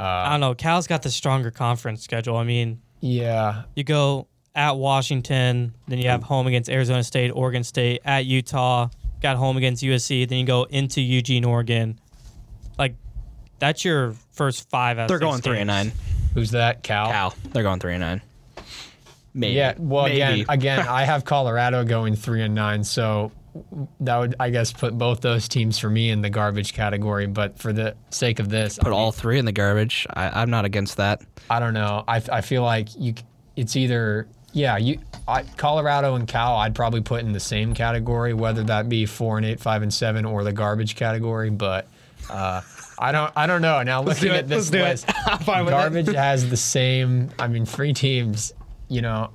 I don't know. Cal's got the stronger conference schedule. I mean,
Yeah,
you go at Washington, then you have home against Arizona State, Oregon State, at Utah, got home against USC, then you go into Eugene, Oregon. Like, that's your first five out. of
They're
six
going three and
games.
nine.
who's that? Cal.
Cal. They're going three and nine. Maybe.
Yeah. Well,
Maybe.
again, again, I have Colorado going three and nine, so that would I guess put both those teams for me in the garbage category. But for the sake of this,
put all three in the garbage. I, I'm not against that.
I don't know. I, I feel like you. c- It's either yeah. You I, Colorado and Cal. I'd probably put in the same category, whether that be four and eight, five and seven, or the garbage category. But uh, I don't. I don't know. Now looking
do it.
at this
Let's
list,
do it. I'm fine with it.
garbage has the same. I mean, three teams. You know,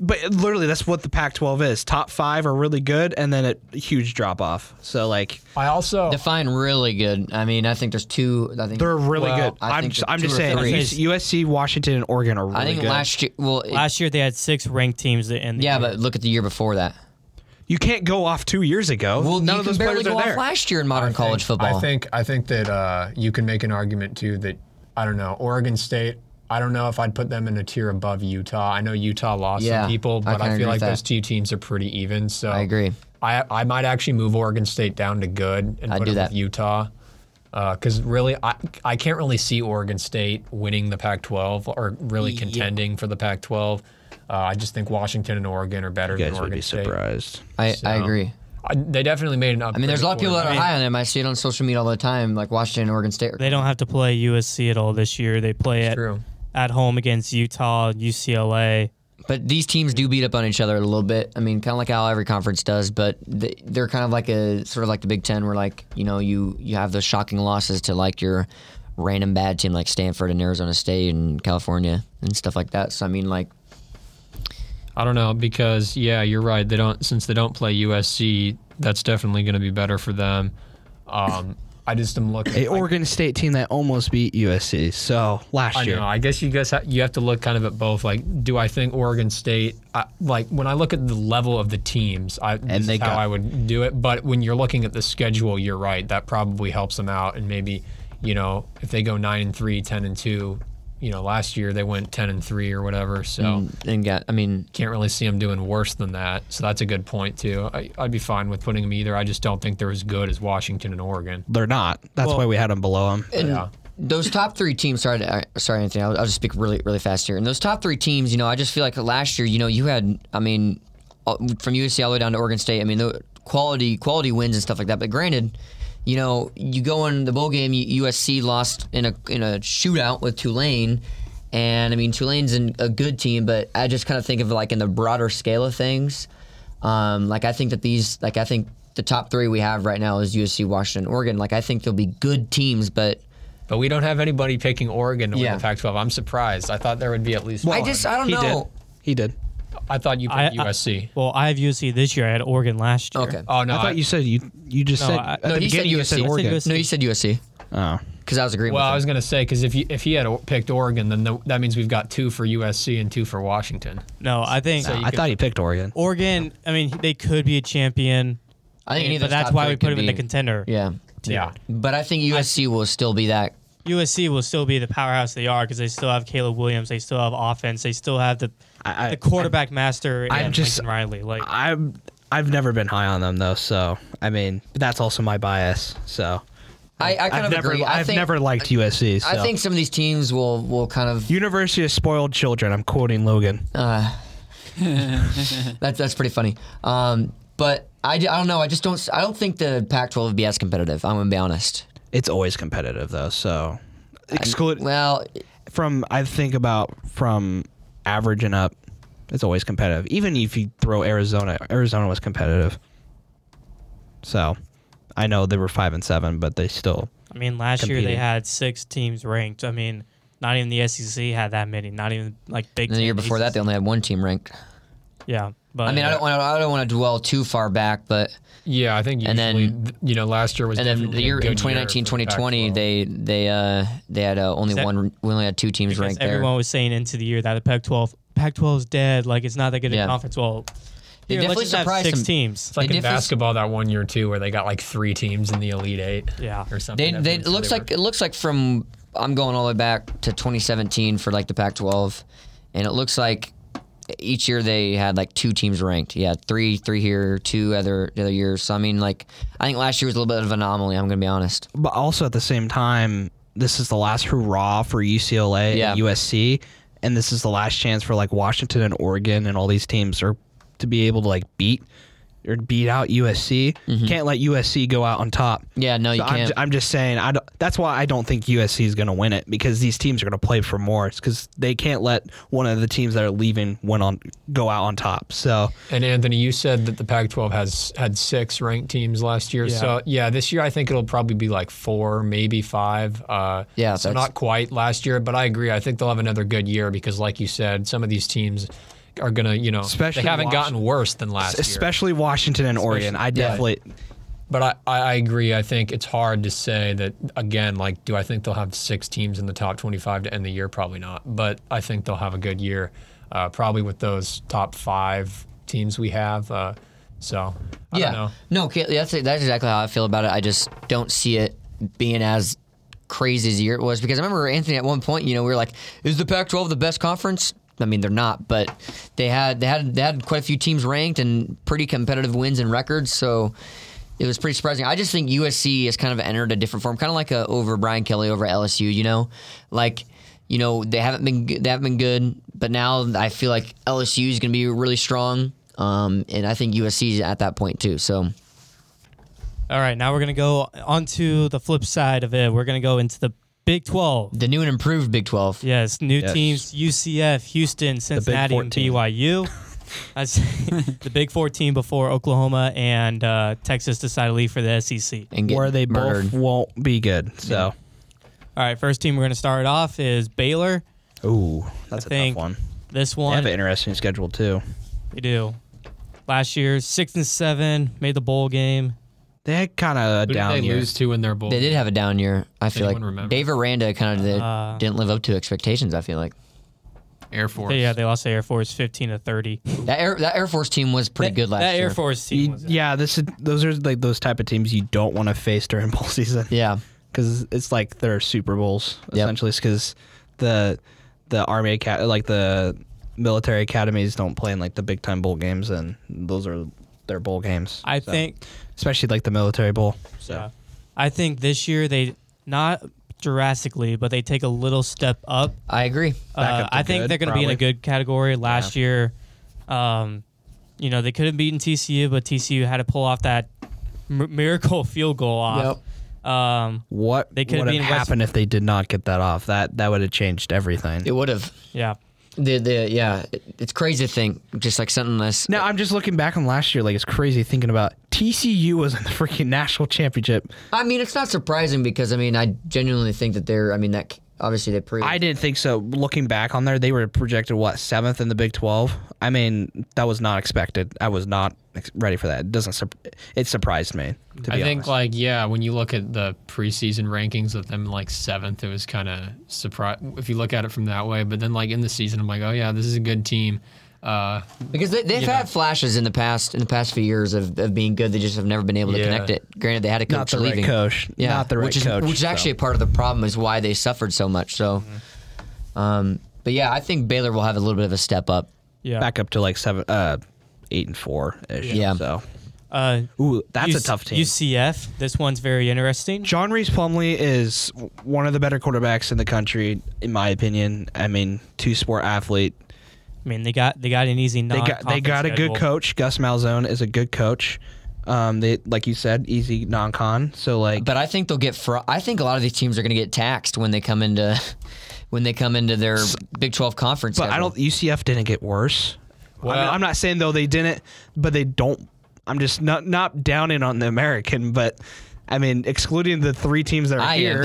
But literally, that's what the Pac-12 is. Top five are really good, and then a huge drop off. So like,
I also
Define really good. I mean, I think there's two. I think
they're really
Well,
good.
I
I'm
think
just,
the
I'm
two
just
or
saying,
three.
USC, Washington, and Oregon are really
I think
good.
last year. Well, it-
Last year they had six ranked teams that end. The
yeah,
year.
but look at the year before that.
you can't go off two years ago.
Well,
none
you
of
can
those
barely
players
go
are
off
there.
last year in modern college football.
I think I think that uh, you can make an argument too that I don't know Oregon State. I don't know if I'd put them in a tier above Utah. I know Utah lost
Yeah,
some people,
I
but
kinda
I,
agree
feel
with
like
that.
those two teams are pretty even. So
I agree.
I I might actually move Oregon State down to good and
I'd
put
do
it
that.
with Utah. Because really, I I can't really see Oregon State winning the Pac-12 or really contending for the Pac-12. Uh, I just think Washington and Oregon are better than Oregon State.
surprised.
I, I
So-
agree.
I, they definitely made an upgrade.
I mean, there's a lot of people that are
high.
high on them. I see it on social media all the time, like Washington, Oregon State.
they don't have to play USC at all this year. They play at
True.
at home against Utah, UCLA.
But these teams do beat up on each other a little bit. I mean, kind of like how every conference does, but they, they're kind of like a sort of like the Big Ten, where like you know you you have those shocking losses to like your random bad team like Stanford and Arizona State and California and stuff like that. So I mean, like
I don't know because yeah, you're right. They don't since they don't play USC. That's definitely going to be better for them. Um, I just am looking.
A Oregon State team that almost beat USC. So last
I
year,
know. I guess you guys ha- you have to look kind of at both. Like, do I think Oregon State? I, like when I look at the level of the teams, I, this
they
is how
got-
I would do it. But when you're looking at the schedule, you're right. That probably helps them out, and maybe you know if they go nine and three, 10 and two. You know, last year they went ten and three or whatever. So.
Mm.
and got I mean,
can't really see him doing worse than that. So that's a good point too. I, I'd be fine with putting him either. I just don't think they're as good as Washington and Oregon.
they're not. That's why we had them below them.
yeah.
those top three teams. Sorry, to- uh, sorry, Anthony. I'll, I'll just speak really, really fast here. And those top three teams, you know, I just feel like last year, you know, you had, I mean, all- from USC all the way down to Oregon State. I mean, the quality, quality wins and stuff like that. But granted, you know, you go in the bowl game. you- USC lost in a in a shootout with Tulane. And I mean, Tulane's an, a good team, but I just kind of think of like in the broader scale of things. Um, like I think that these, like I think the top three we have right now is USC, Washington, Oregon. Like I think they'll be good teams, but
But we don't have anybody picking Oregon to
Yeah.
win the Pac-12. I'm surprised. I thought there would be at least.
I
one.
just I don't
He did.
know.
He did.
I thought you picked
I- I-
USC.
Well, I have USC this year. I had Oregon last year.
Okay.
oh no,
I thought you said you. You just
No,
said
I-
at
no,
the
he said
beginning you said
USC.
Oregon.
USC.
No, you said USC.
Oh,
because I was agreeing
Well, I
with
was
him.
going to say because if you, if he had o- picked Oregon, then the, that means we've got two for USC and two for Washington.
No, I think
So you
I
could-
thought he picked Oregon.
Oregon. I mean, they could be a champion,
I think any of
but
those
that's
top
why
three
we put
could
him in the
be-
contender.
Yeah,
Yeah,
but I think USC will still be that.
USC will still be the powerhouse they are because they still have Caleb Williams, they still have offense, they still have the
I- I-
the quarterback master and
I'm
Lincoln
just-
Riley. Like
I'm I've never been high on them though, so I mean that's also my bias. So
I, I kind
have
of
never
agree. I
I've
think,
never liked USC. So.
I think some of these teams will will kind of
University of Spoiled Children. I'm quoting Logan.
That's that's pretty funny. Um, but I, ju- I don't know. I just don't. s- I don't think the Pac-12 would be as competitive. I'm gonna be honest.
It's always competitive though, so exclude
Well,
from I think about from average and up. It's always competitive. Even if you throw Arizona, Arizona was competitive. So, I know they were five and seven, but they still
I mean, last year they
competing.
had six teams ranked. I mean, not even the SEC had that many. Not even like Big.
and the year
Ten,
before that, they only had one team ranked.
yeah. But
I mean, I don't want to. I don't want to dwell too far back, but
yeah. I think
And then-
usually, th- you know last year was
and then the
definitely a
year
good
in 2019,
year for the
2020,
Pac-12.
they they uh they had uh, only
that-
one. We only had two teams
because
ranked
everyone
there.
was saying into the year that the Pac-12, Pac-12's dead. Like it's not that good a
Yeah.
conference. Well,
They
here, let's
definitely
just have
surprised
six
some-
teams.
like
They
in
definitely-
basketball that one year too, where they got like three teams in the Elite Eight.
Yeah.
or something.
They,
That
they
was-
it looks
they
like it looks like from I'm going all the way back to 2017 for like the Pac-12, and it looks like each year they had like two teams ranked. Yeah, three three here, two other the other years. So I mean, like I think last year was a little bit of an anomaly. I'm gonna be honest.
but also at the same time, this is the last hurrah for UCLA
Yeah.
and USC, and this is the last chance for like Washington and Oregon and all these teams are to be able to like beat or beat out USC. Can't let USC go out on top.
Mm-hmm. Yeah, no, you
So I'm,
can't.
ju- I'm just saying. I don't- that's why I don't think USC is going to win it because these teams are going to play for more. because they can't let one of the teams that are leaving win on go out on top. So
And Anthony, you said that the Pac-12 has had six ranked teams last year. So yeah, this year I think it'll probably be like four, maybe five. Uh,
Yeah,
so
that's-
not quite last year, but I agree. I think they'll have another good year because, like you said, some of these teams are gonna, you know,
Especially
they haven't
Wash-
gotten worse than last year.
especially Washington and Oregon, I definitely.
But I, I I agree. I think it's hard to say that again. Like, do I think they'll have six teams in the top 25 to end the year? Probably not. But I think they'll have a good year, uh, probably with those top five teams we have. Uh, so I
yeah,
don't know.
no, ca- that's that's exactly how I feel about it. I just don't see it being as crazy as the year it was because I remember Anthony at one point. You know, we were like, "Is the Pac-12 the best conference?" I mean, they're not, but they had they had they had quite a few teams ranked and pretty competitive wins and records. So. It was pretty surprising. I just think USC has kind of entered a different form, kind of like a, over Brian Kelly over LSU. You know, like you know they haven't been g- they haven't been good, but now I feel like LSU is going to be really strong, um, and I think USC is at that point too. So
All right, now we're gonna go onto the flip side of it. We're gonna go into the Big 12.
the new and improved Big Twelve.
Yes, new
Yes.
teams: UCF, Houston, Cincinnati, and
14.
BYU. That's the Big 14 before Oklahoma and uh, Texas decide to leave for the E SEC.
And get
Where they
murdered.
both won't be good. So,
All right, first team we're going to start off is Baylor.
ooh, that's
I
a
think
tough one.
This
They
one
have an interesting schedule too.
they do. Last year, six and seven, made the bowl game.
They had kind of a
Who did
down
they
year.
lose to in their bowl?
They did have a down year. I feel like
Anyone remember?
Dave Aranda kind of
Uh,
didn't live up to expectations. I feel like
Air Force.
Yeah, they lost to Air Force, fifteen to thirty.
that Air, that Air Force team was pretty
That-
good last
that
year.
Air Force team.
You-
Was
yeah, this is those are like those type of teams you don't want to face during bowl season.
Yeah,
because it's like their Super Bowls
Yep.
essentially. Because the the Army Acad- like the military academies don't play in like the big time bowl games, and those are their bowl games.
I
So,
think.
especially like the military bowl. So
Yeah. I think this year they not drastically, but they take a little step up
I agree.
Back
Uh,
up to
I think
good,
they're going to be in a
probably.
good category. Last year, um, you know, they could have beaten TCU, but TCU had to pull off that m- miracle field goal off. Um,
what
They
they
could've
would
been
have
West-
happened if they did not get that off? That that would have changed everything.
It would have.
yeah.
The the yeah, it- it's crazy to think just like something less.
now I'm just looking back on last year, like it's crazy thinking about TCU was in the freaking national championship.
I mean, it's not surprising because I mean, I genuinely think that they're. I mean, that Obviously, they pre.
I didn't think so. Looking back on there, they were projected what seventh in the Big Twelve. I mean, that was not expected. I was not ex- ready for that. It doesn't. Sur- it surprised me. To
I
be
think
honest.
like yeah, when you look at the preseason rankings with them like seventh, it was kind of surprise if you look at it from that way. But then like in the season, I'm like, oh yeah, this is a good team. Uh,
Because they, they've had flashes in the past in the past few years of, of being good. They just have never been able to
Yeah.
connect it. Granted, they had a coach
not the
leaving.
right coach.
Yeah,
not the right
which is,
coach.
Which is
so.
actually a part of the problem is why they suffered so much. So,
Mm-hmm.
um, but yeah, I think Baylor will have a little bit of a step up.
Yeah.
back up to like seven, uh, eight and four ish.
Yeah.
So,
Uh,
ooh, that's a
UC
tough team.
UCF. This one's very interesting.
John Reese Plumley is one of the better quarterbacks in the country, in my opinion. I mean, two sport athlete.
I mean, they got they got an easy.
They got they got a good coach. Gus Malzone is a good coach. Um, they like you said, easy non con. So like,
But I think they'll get. Fr- I think a lot of these teams are going to get taxed when they come into when they come into their Big Twelve conference.
but I
schedule.
don't. UCF didn't get worse. Well, I'm,
Well-
I'm not saying though they didn't, but they don't. I'm just not not downing on the American, but I mean, excluding the three teams that are
I am.
here,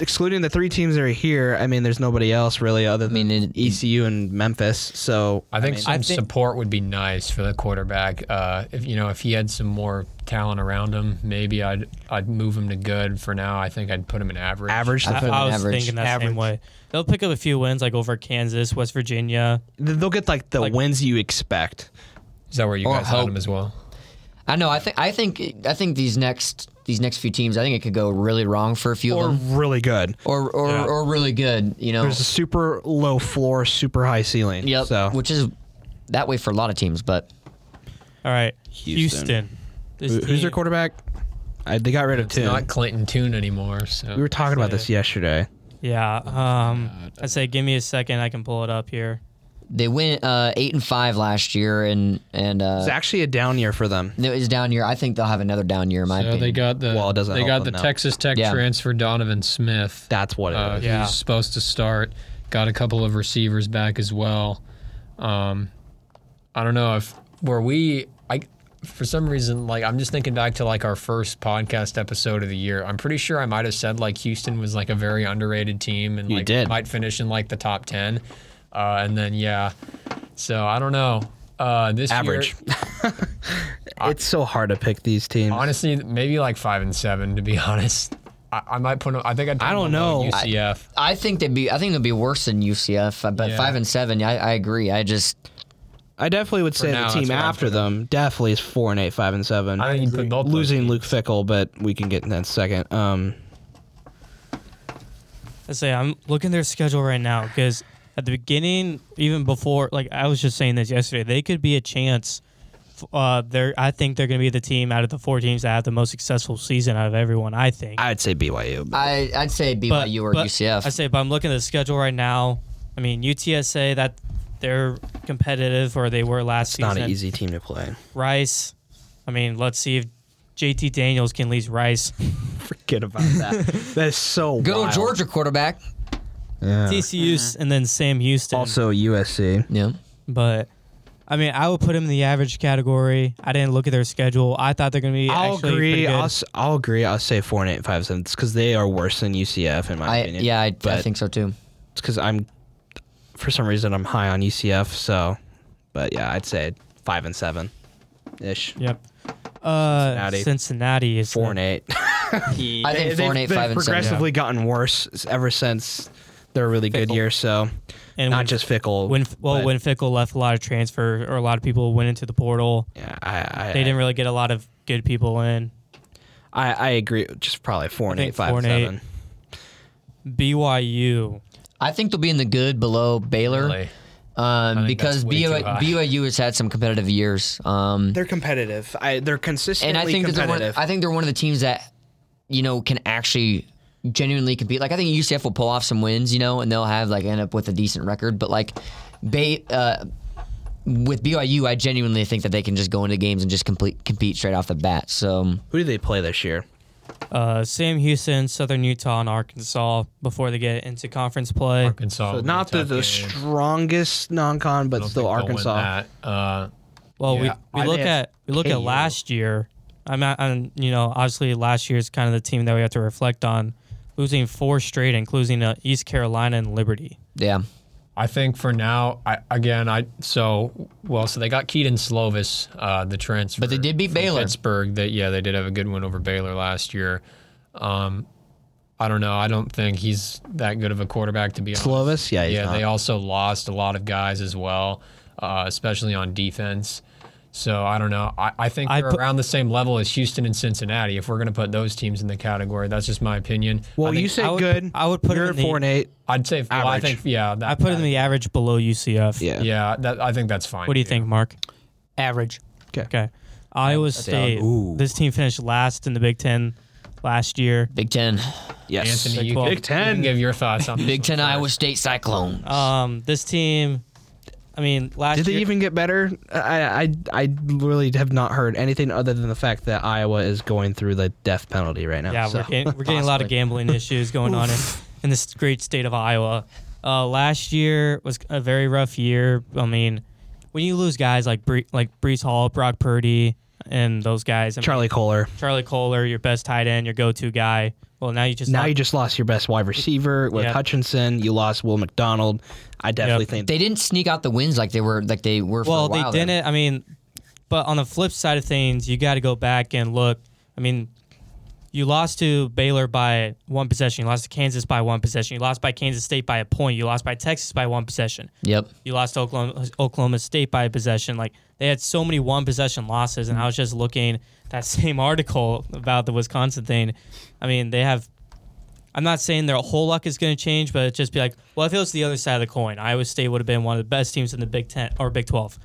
excluding the three teams that are here. I mean, there's nobody else really other than
mean, it-
ECU and Memphis. So
I think
I
some
think-
support would be nice for the quarterback. Uh, if you know, if he had some more talent around him, maybe I'd I'd move him to good. For now, I think I'd put him in average.
average.
I,
put
I
an
was
average.
thinking that same
Average.
way. They'll pick up a few wins, like over Kansas, West Virginia.
They'll get like the
Like-
wins you expect.
Is that where you
Or
guys had
hope.
him as well?
I know. I think. I think. I think these next these next few teams. I think it could go really wrong for a few
Or
of them,
really good.
or or, or really good. You know,
There's a super low floor, super high ceiling.
yep.
So
Which is that way for a lot of teams, but
All right,
Houston.
Houston. This
Who- who's their
team-
quarterback? I, they got rid of
It's
two.
not Clinton Tune anymore. So
we were talking about this yesterday.
Yeah. Um, I'd say give me a second. I can pull it up here.
they went uh, eight and five last year, and and uh,
It's actually a down year for them.
it was down year. I think they'll have another down year. In my
So
opinion.
they got the
Well, it doesn't
they
help
got the
them now.
Texas Tech
Yeah.
transfer Donovan Smith.
That's what it
uh,
is.
Yeah.
Who's supposed to start? Got a couple of receivers back as well. Um, I don't know if were we. I for some reason like I'm just thinking back to like our first podcast episode of the year. I'm pretty sure I might have said like Houston was like a very underrated team and
You
like
did.
might finish in like the top ten. Uh, and then yeah, so I don't know. Uh, this year-
Average. it's so hard to pick these teams.
Honestly, maybe like five and seven. To be honest, I, I might put. 'em- I think I'd. Put
I don't
'em below
know.
UCF.
I think they'd be. I think they'd be worse than UCF. I bet
Yeah.
five and seven. I, I agree. I just
I definitely would say
now,
the team
that's where I'm
after them definitely is four and eight, five and seven.
I, think you'd put both those
Losing
teams.
Luke Fickle, but we can get in that second. Um,
Let's say I'm looking at their schedule right now because at the beginning, even before, like I was just saying this yesterday, they could be a chance. f- Uh, they're, I think they're going to be the team out of the four teams that have the most successful season out of everyone. I think.
I'd say BYU. But
I I'd say BYU
but,
or
but-
UCF.
I say, but I'm looking at the schedule right now. I mean, UTSA that they're competitive or they were last
it's
season.
not an easy team to play.
Rice. I mean, let's see if JT Daniels can lead Rice.
Forget about that. That's so
Good old
wild.
Georgia quarterback.
TCU and then Sam Houston.
Also USC.
Yeah.
but I mean, I would put him in the average category. I didn't look at their schedule. I thought they're going to be.
I'll
actually pretty
agree.
good.
I'll, s- I'll agree. I'll say four and eight, five, seven because they are worse than UCF in my
I
opinion.
yeah. I, I
But-
think so too.
because I'm for some reason I'm high on UCF. So, but yeah, I'd say five and seven ish,
Yep. Uh,
Cincinnati.
Cincinnati. is
four and eight.
I think four and eight, five and seven.
progressively gotten worse s- ever since their really good year. So,
And
not
when-
just fickle.
When well,
but-
when Fickle left, a lot of transfer or a lot of people went into the portal.
yeah, I I,
They didn't really get a lot of good people in.
I I agree. Just probably four and
think
eight, five
four
and
and eight.
seven.
BYU.
I think they'll be in the good below Baylor
Really.
um,
think
because
that's way too
BYU,
high.
BYU has had some competitive years. Um,
They're competitive. I they're consistently
and I think that they're one, I think they're one of the teams that you know can actually genuinely compete. Like I think UCF will pull off some wins, you know, and they'll have like end up with a decent record. But like, Bay, uh, with BYU, I genuinely think that they can just go into games and just complete compete straight off the bat. So
Who do they play this year?
Uh, Sam Houston, Southern Utah, and Arkansas before they get into conference play.
Arkansas.
So
would be
not
a
the,
tough
the
game.
strongest non-con, but
I don't
still
think they'll win
Arkansas.
that. Uh,
Well,
Yeah,
we,
I
we look
think
at we look
KU.
at last year. I'm not, i you know, obviously last year's kind of the team that we have to reflect on. losing four straight, including uh, East Carolina and Liberty.
Yeah.
I think for now, I again, I so well, so they got Keaton Slovis, uh, the transfer,
But they did beat
from
Baylor.
Pittsburgh. That yeah, they did have a good win over Baylor last year. Um, I don't know. I don't think he's that good of a quarterback to be honest.
Slovis? Yeah, he's
yeah.
not.
They also lost a lot of guys as well, uh, especially on defense. So I don't know. I, I think
I
they're
put-
around the same level as Houston and Cincinnati. If we're going to put those teams in the category, that's just my opinion. I
Well,
think-
you say
I would-
good.
I would put
You're
it in
at four
the-
and eight.
I'd say. Well, I
Average.
think yeah. That,
I put him in the average below UCF.
Yeah.
yeah. That, I think that's fine.
What do you
too.
think, Mark?
Average.
Okay. Iowa State. This team finished last in the Big Ten last year.
Big Ten.
Yes.
Anthony,
Big
you,
Twelve.
can-
Big
you can
Ten.
give your thoughts on this
Big
one
Ten Iowa
first.
State Cyclones.
Um, this team, I mean, last
Did they
year,
even get better? I, I I really have not heard anything other than the fact that Iowa is going through the death penalty right now.
Yeah,
so.
we're getting, we're getting a lot of
Possibly.
gambling issues going on in, in this great state of Iowa. Uh, last year was a very rough year. I mean, when you lose guys like Bre- like Brees Hall, Brock Purdy, and those guys, I mean,
Charlie Kohler.
Charlie Kohler, your best tight end, your go-to guy. Well, now you just
Now
lost-
you just lost your best wide receiver with
Yeah.
Hutchinson. You lost Will McDonald. I definitely
Yep.
think
They didn't sneak out the wins like they were like they were for
well
a while.
they
there.
didn't. I mean, but on the flip side of things, you got to go back and look. I mean, you lost to Baylor by one possession. You lost to Kansas by one possession. You lost by Kansas State by a point. You lost by Texas by one possession.
Yep.
You lost to Oklahoma, Oklahoma State by a possession. Like they had so many one possession losses, and I was just looking that same article about the Wisconsin thing. I mean, they have. I'm not saying their whole luck is going to change, but it'd just be like, well, if it was the other side of the coin, Iowa State would have been one of the best teams in the Big Ten or Big Twelve.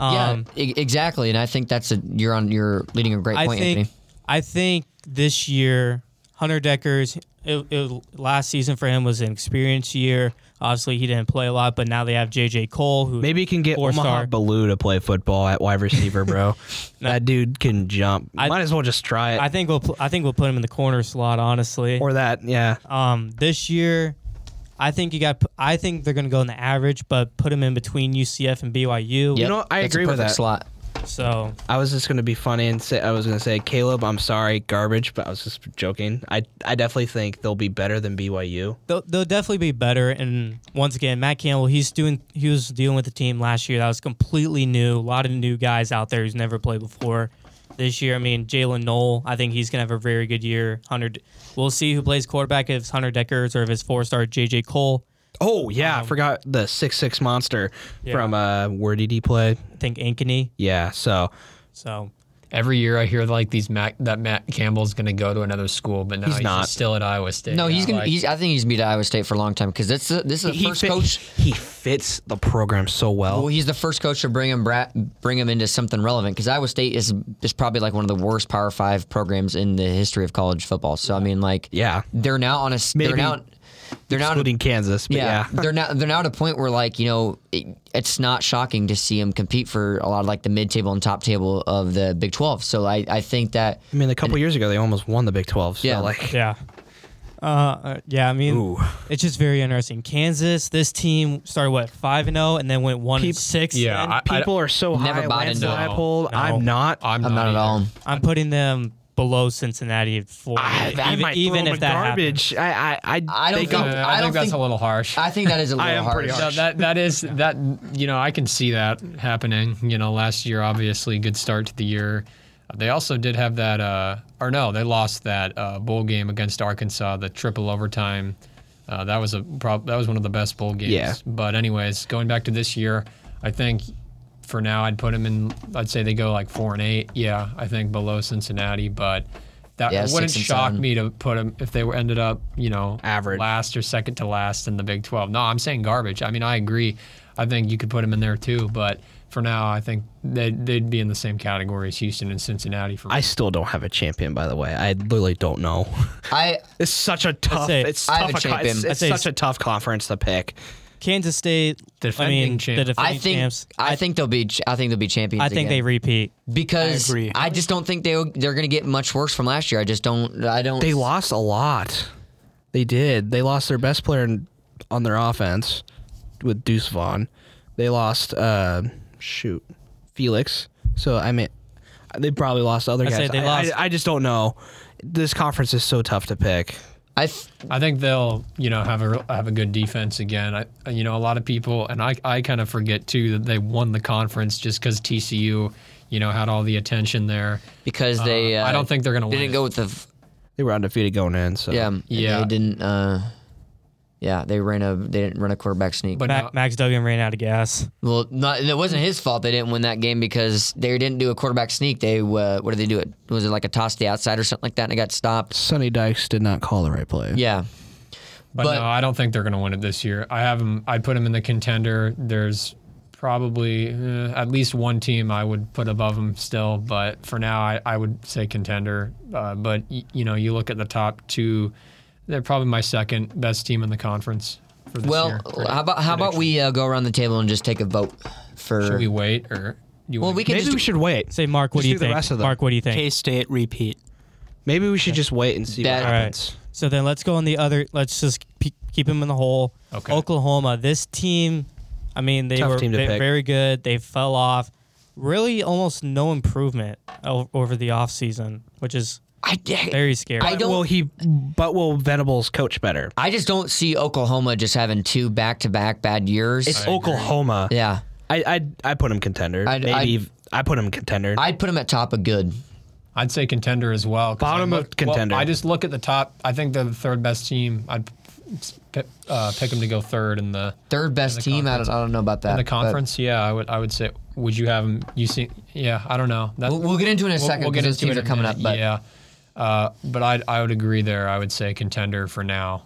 Um,
yeah. e- exactly. And I think that's a you're on you're leading a great
I
point,
think
Anthony.
I think this year Hunter Decker's it, it, last season for him was an experience year. Obviously, he didn't play a lot, but now they have JJ Cole, who
maybe you can get
four
Omaha
star.
Baloo to play football at wide receiver, bro. That dude can jump.
I-
Might as well just try it.
I think we'll pl- I think we'll put him in the corner slot. Honestly,
or that, yeah.
um, this year, I think you got. I think they're going to go in the average, but put him in between UCF and BYU.
Yep.
know what? I
That's a
agree with
perfect
that.
Slot.
So
I was just gonna be funny and say I was gonna say Caleb, I'm sorry, garbage, but I was just joking. I I definitely think they'll be better than BYU.
they'll, they'll definitely be better. And once again, Matt Campbell, he's doing. He was dealing with the team last year that was completely new. A lot of new guys out there who's never played before. This year, I mean, Jalen Knoll, I think he's going to have a very good year. Hunter, De- we'll see who plays quarterback if it's Hunter Deckers or if it's four star JJ Cole.
Oh yeah, I forgot the six six monster
Yeah.
from uh where did he play?
I think Ankeny.
Yeah, so
So
Every year I hear like these Mac, that Matt Campbell's going to go to another school, but now
He's
he's,
not.
just still at Iowa State.
No, he's
Yeah,
gonna.
like,
he's, I think he's been at Iowa State for a long time because this is this is the first
fit-
coach.
he fits the program so well.
Well, he's the first coach to bring him bra- bring him into something relevant because Iowa State is is probably like one of the worst Power Five programs in the history of college football. So I mean, like,
Yeah.
they're now on a s- they're
Maybe
now they're now
Including Kansas, but yeah.
yeah, they're now they're now at a point where like you know it, it's not shocking to see him compete for a lot of like the mid table and top table of the Big Twelve. So I I think that
I mean, a couple years ago they almost won the Big Twelve. So
Yeah.
like
Yeah. Uh, Uh, yeah, I mean, it's just very interesting. Kansas, this team started what five and zero, and then went one and
Peep-
six.
yeah,
and
I, I,
people are so
Never
high.
bought
Lance
into it.
Leipold,
No.
I'm not.
I'm,
I'm not at
either.
all.
I'm putting them below Cincinnati at four.
I, I
even
might throw
even
him
if
a
that happens.
garbage. I I I,
I don't
they
think
go-
Uh,
I
I,
don't
think that's
think-
a little harsh.
I think that is a little
am
hard.
pretty
No, that that is that you know I can see that happening. You know, last year obviously good start to the year. They also did have that, uh, or no, they lost that uh, bowl game against Arkansas, the triple overtime. Uh, that was a prob- that was one of the best bowl games.
Yeah.
But anyways, going back to this year, I think for now I'd put them in. I'd say they go like four and eight. Yeah, I think below Cincinnati, but that
Yeah,
it wouldn't
six and
shock
seven.
me to put them if they were ended up, you know,
Average.
last or second to last in the Big 12. No, I'm saying garbage. I mean, I agree. I think you could put them in there too, but for now, I think they'd, they'd be in the same category as Houston and Cincinnati. For
I still don't have a champion, by the way. I literally don't know.
I
It's such a tough.
say-
it's
I
tough.
have a
a co-
champion.
it's
I'd
it's
say
such a tough conference to pick.
Kansas State, I
Defending
mean,
champ.
the
I
defending
I think
champs.
I think they'll be ch- I think they'll be champions.
I think
again.
they repeat.
because
I agree.
I, just don't think they they're going to get much worse from last year. I just don't. I don't.
They lost a lot. They did. They lost their best player in, on their offense with Deuce Vaughn. They lost. Uh, shoot, Felix. So I mean, they probably lost other
I
guys.
say they
I,
lost-
I, I just don't know. This conference is so tough to pick.
I th-
I think they'll, you know, have a have a good defense again. I, you know, a lot of people, and I, I kind of forget too that they won the conference just because TCU, you know, had all the attention there.
because they.
Uh,
Uh,
I don't think they're gonna
didn't
win it.
go with the. v-
They were undefeated going in, so
Yeah, and
Yeah.
They didn't. Uh, yeah, they ran a. They didn't run a quarterback sneak.
But
Ma-
now-
Max Duggan ran out of gas.
well, not, it wasn't his fault they didn't win that game because they didn't do a quarterback sneak. They uh, what did they do? It was it like a toss to the outside or something like that, and it got stopped.
Sonny Dykes did not call the right play.
Yeah,
But,
But-
no, I don't think they're going to win it this year. I have them. I put them in the contender. There's probably eh, at least one team I would put above them still, but for now, I, I would say contender. Uh, but y- you know, you look at the top two, they're probably my second best team in the conference for this
Well,
year.
how about how about we uh, go around the table and just take a vote for?
Should we wait or? do You
well,
wanna-
we can
Maybe
just.
we should wait.
Say, Mark, what
Just
do you
do the
think?
rest of them.
Mark, what do you think?
K State repeat.
Maybe we should just wait and see
That-
what
All right.
happens.
So then let's go on the other. Let's just pe- keep him in the hole.
Okay.
Oklahoma. This team, I mean, they
Tough
were
team to
ve-
pick.
very good. They fell off. Really, almost no improvement o- over the offseason, which is
I,
very scary.
I don't-
Will he? But will Venables coach better?
I just don't see Oklahoma just having two back-to-back bad years.
It's Oklahoma.
yeah,
I I I put him contender.
I'd-
Maybe i put him contender.
I'd put him at top of good.
I'd say contender as well. 'cause I
Bottom of
well,
contender.
I just look at the top. I think they're the third best team. I'd p- uh, pick them to go third in the.
Third best team. I don't, I don't know about that.
In the
but
conference, yeah, I would I would say would you have them? You see, yeah, I don't know. That,
We'll, we'll get into it in a second. because those teams
in a
are coming up.
minute,
But
yeah, uh, but I I would agree there. I would say contender for now.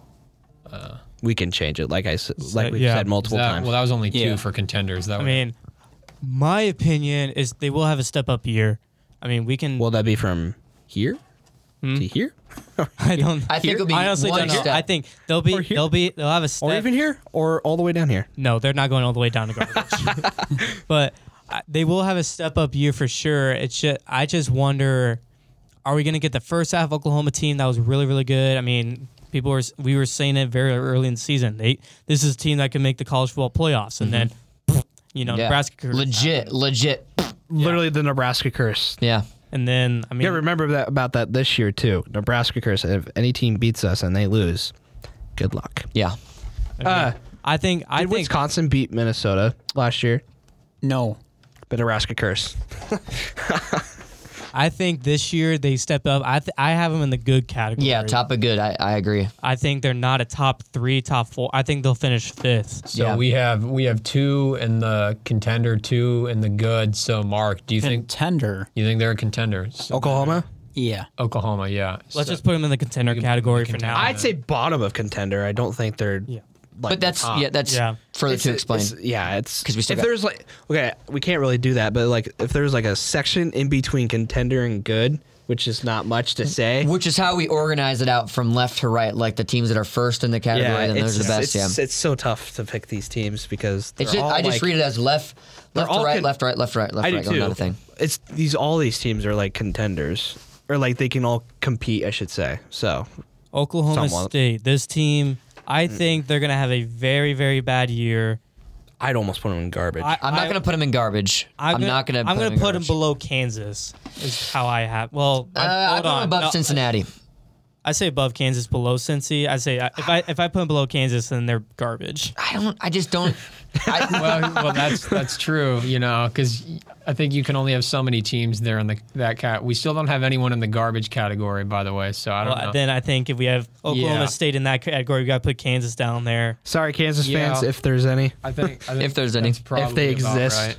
we can change it, like I s- like we've
yeah.
said multiple
That-
times.
well, that was only two
Yeah.
for contenders. That
I
would,
mean, my opinion is they will have a step up year. I mean, we can.
will that be from here to here,
I don't.
I think it'll be
I honestly
one
don't know.
step.
I think they'll be.
Or here.
They'll be. They'll have a step.
or even here, or all the way down here?
No, they're not going all the way down to garbage. but uh, they will have a step up year for sure. It's just, I just wonder, are we going to get the first half Oklahoma team that was really really good? I mean, people were we were saying it very early in the season. They this is a team that can make the college football playoffs, and then you know
yeah.
Nebraska, curse
legit,
happened.
legit.
Literally the Nebraska curse.
Yeah,
and then I mean,
Yeah, remember that about that this year too. Nebraska curse. If any team beats us and they lose, good luck.
yeah.
Uh,
I think I
did
think
Wisconsin beat Minnesota last year?
No.
The Nebraska curse.
I think this year they step up. I th- I have them in the good category.
Yeah, top of good. I, I agree.
I think they're not a top three, top four. I think they'll finish fifth.
so
yeah.
we have we have two in the contender, two in the good. So Mark, do you think
Contender.
you think they're a contender? So-
Oklahoma.
Yeah.
Oklahoma, yeah.
Let's
So-
just put them in the contender category for
contender.
now.
I'd say bottom of contender. I don't think they're.
Yeah.
Like
But that's
top.
yeah. That's
Yeah.
further to explain.
Ah, It's, yeah, it's
'Cause we still
if
got-
there's like okay, we can't really do that, but like if there's like a section in between contender and good, which is not much to say.
which is how we organize it out from left to right, like the teams that are first in the category,
yeah,
and
it's,
those are the best.
it's,
yeah,
it's so tough to pick these teams because they're
It's just,
all
I just
like,
read it as left, left to
all
right,
con-
left, right, left, right, left,
I do
right. Going down
too.
the thing.
It's these all these teams are like contenders or like they can all compete, I should say. So
Oklahoma
Somewhat.
State. This team, I think they're gonna have a very very bad year.
I'd almost put them in garbage.
I,
I'm not going to put them in garbage. I'm, not going to.
I'm gonna
in
put them
garbage.
below Kansas. Is how I have. Well, I,
Uh, I
hold
put them
on.
above
No,
Cincinnati.
I say above Kansas, below Cincy. I say I, if I if I put them below Kansas, then they're garbage.
I don't. I just don't. I,
well, well, that's that's true, you know, because I think you can only have so many teams there in the that cat. We still don't have anyone in the garbage category, by the way. So I don't
Well,
know.
then I think if we have Oklahoma
Yeah.
State in that category, we got to put Kansas down there.
Sorry, Kansas
Yeah.
fans, if there's any.
I think, I think
If there's any.
that's
If
probably
they
about
exist.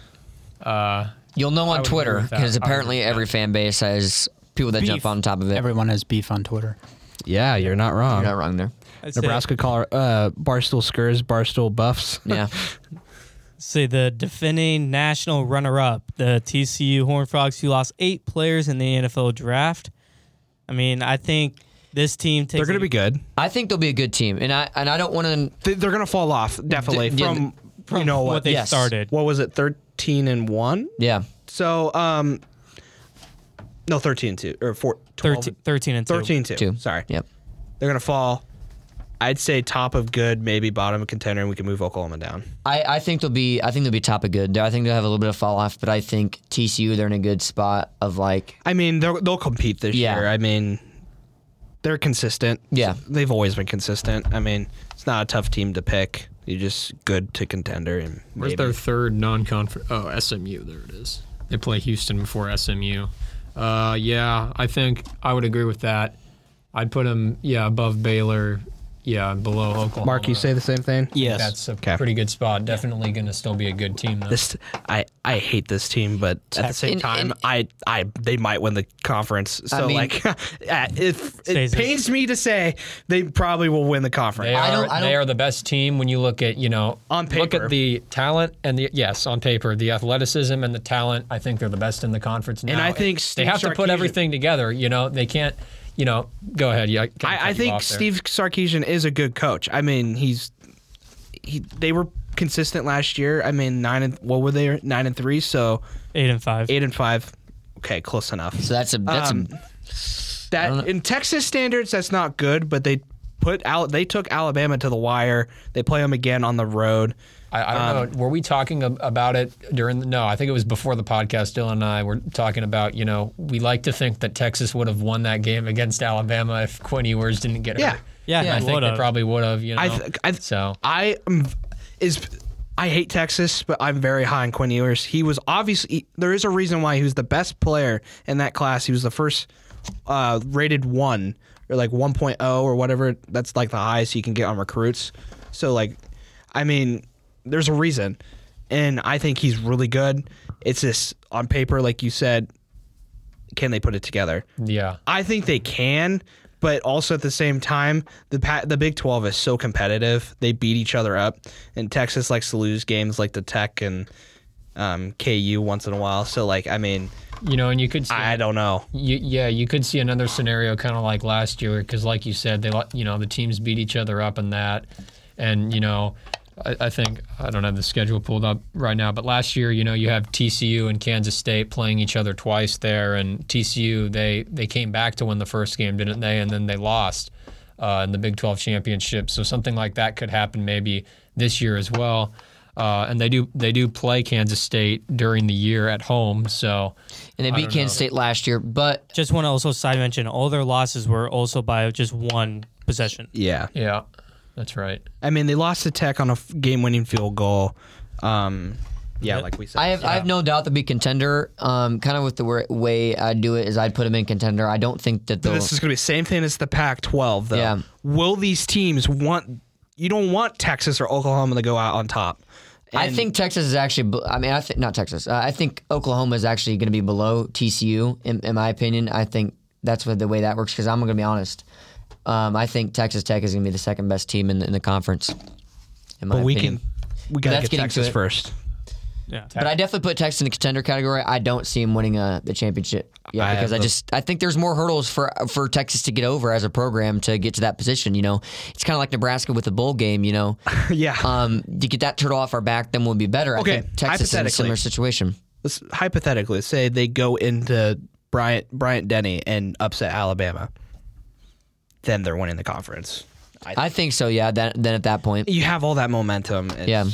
right. Uh,
you'll know
I
on
would
Twitter
agree with that. I
because
would
apparently
agree with
every fan base has people that jump
Beef.
on top of it.
Everyone has beef on Twitter.
Yeah, you're not wrong.
You're not wrong there.
I say,
Nebraska, Color, uh, Barstool Skurs, Barstool Buffs.
Yeah.
Say the defending national runner-up, the TCU Horned Frogs, who lost eight players in the NFL draft. I mean, I think this team takes.
They're going to
a-
be good.
I think they'll be a good team, and I and I don't want to.
They, they're going to fall off definitely
D- yeah,
from,
from
you know
what
what,
they
yes.
started.
what was it 13 and 1?
Yeah.
So um no 13 and 2 or 4 12,
13, 13 and 2.
13 2.
Two.
Sorry.
Yep.
They're going to fall I'd say top of good, maybe bottom of contender and we can move Oklahoma down.
I, I think they'll be I think they'll be top of good. I think they'll have a little bit of fall off, but I think TCU they're in a good spot of like
I mean, they'll they'll compete this
Yeah.
year. I mean, they're consistent.
Yeah.
They've always been consistent. I mean, it's not a tough team to pick. You're just good to contender. And
Where's
maybe-
their third non-conference? Oh, SMU. There it is. They play Houston before SMU. Uh, yeah, I think I would agree with that. I'd put them, yeah, above Baylor, yeah, below Oklahoma.
Mark, you say the same thing?
Yes.
that's a
Okay.
pretty good spot. Definitely going to still be a good team. Though.
This I, I hate this team, but at the same
And-
time,
and-
I, I they might win the conference. So
mean-
like, uh, if it
Stays in.
pains me to say, they probably will win the conference.
They are,
I don't- I
they
don't-
are the best team when you look at you know
On
Look
paper.
at the talent and the yes on paper, the athleticism and the talent. I think they're the best in the conference now.
I think
they
Steve
have to put
Sarkisian-
everything together. You know they can't. You know, go ahead. Yeah, kinda cut
I, I
you
think
off there.
Steve Sarkeesian is a good coach. I mean, he's he, they were consistent last year. I mean, nine and what were they? Nine and three, so
Eight and five.
eight and five. Okay, close enough.
So that's a that's
Um,
a,
That in Texas standards, that's not good, but they put out they took Alabama to the wire. They play them again on the road.
I, I don't
um,
know. Were we talking ab- about it during? The, no, I think it was before the podcast. Dylan and I were talking about. You know, we like to think that Texas would have won that game against Alabama if Quinn Ewers didn't get
Yeah.
hurt.
Yeah,
And I
he
think they
would've.
probably would have. You know,
I th- I th-
so
I am is I hate Texas, but I'm very high on Quinn Ewers. He was obviously there is a reason why he was the best player in that class. He was the first uh, rated one or like 1.0 or whatever. That's like the highest you can get on recruits. So like, I mean, there's a reason, and I think he's really good. It's just on paper, like you said, can they put it together?
yeah.
I think they can, but also at the same time, the pa- the Big Twelve is so competitive; they beat each other up, and Texas likes to lose games like the Tech and um, KU once in a while. So, like, I mean,
You know, and you could. see-
I don't know.
you, yeah, you could see another scenario kind of like last year because, like you said, they li- you know the teams beat each other up in that, and you know, I, I think I don't have the schedule pulled up right now, but last year you know you have TCU and Kansas State playing each other twice there, and TCU they they came back to win the first game, didn't they? And then they lost uh, in the Big 12 championship. So something like that could happen maybe this year as well. Uh, and they do they do play Kansas State during the year at home, so.
and they beat Kansas State last year, but
Just want to also side mention all their losses were also by just one possession.
Yeah,
Yeah, that's right.
I mean, they lost to Tech on a f- game-winning field goal. Um, yeah, like we said,
I have I have no doubt they'll be contender. Um, kind of with the wor- way I do it is I'd put them in contender. I don't think that they'll.
this is going to be the same thing as the Pac-12. Though,
Yeah.
will these teams want? You don't want Texas or Oklahoma to go out on top.
I think Texas is actually. be- I mean, I think not Texas. Uh, I think Oklahoma is actually going to be below TCU. In, in my opinion, I think that's what the way that works. Because I'm going to be honest. Um, I think Texas Tech is going to be the second best team in the, in the conference. In my
But we
opinion.
can. We gotta
Let's
get
get into
Texas
it.
first.
Yeah.
But I definitely put Texas in the contender category. I don't see him winning uh, the championship. Yeah,
I
because I
have the-
just I think there's more hurdles for for Texas to get over as a program to get to that position. You know, it's kind of like Nebraska with the bowl game. You know,
Yeah.
um, to get that turtle off our back, then we'll be better.
Okay,
I think Texas is in a
hypothetically.
similar situation.
let's hypothetically say they go into Bryant Bryant Denny and upset Alabama, then they're winning the conference.
I think so. Yeah. That, then at that point,
You have all that momentum. It's-
Yeah.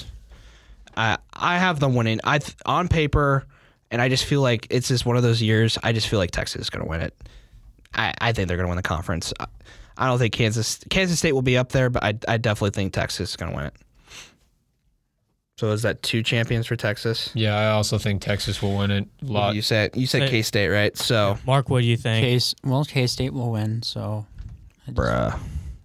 I I have them winning. I th- on paper, and I just feel like it's just one of those years. I just feel like Texas is going to win it. I, I think they're going to win the conference. I, I don't think Kansas Kansas State will be up there, but I I definitely think Texas is going to win it. So is that two champions for Texas?
Yeah, I also think Texas will win it. A lot.
You said you said
Say-
K State, right? So
Mark, what do you think?
Case, well, K State will win, so.
Bruh.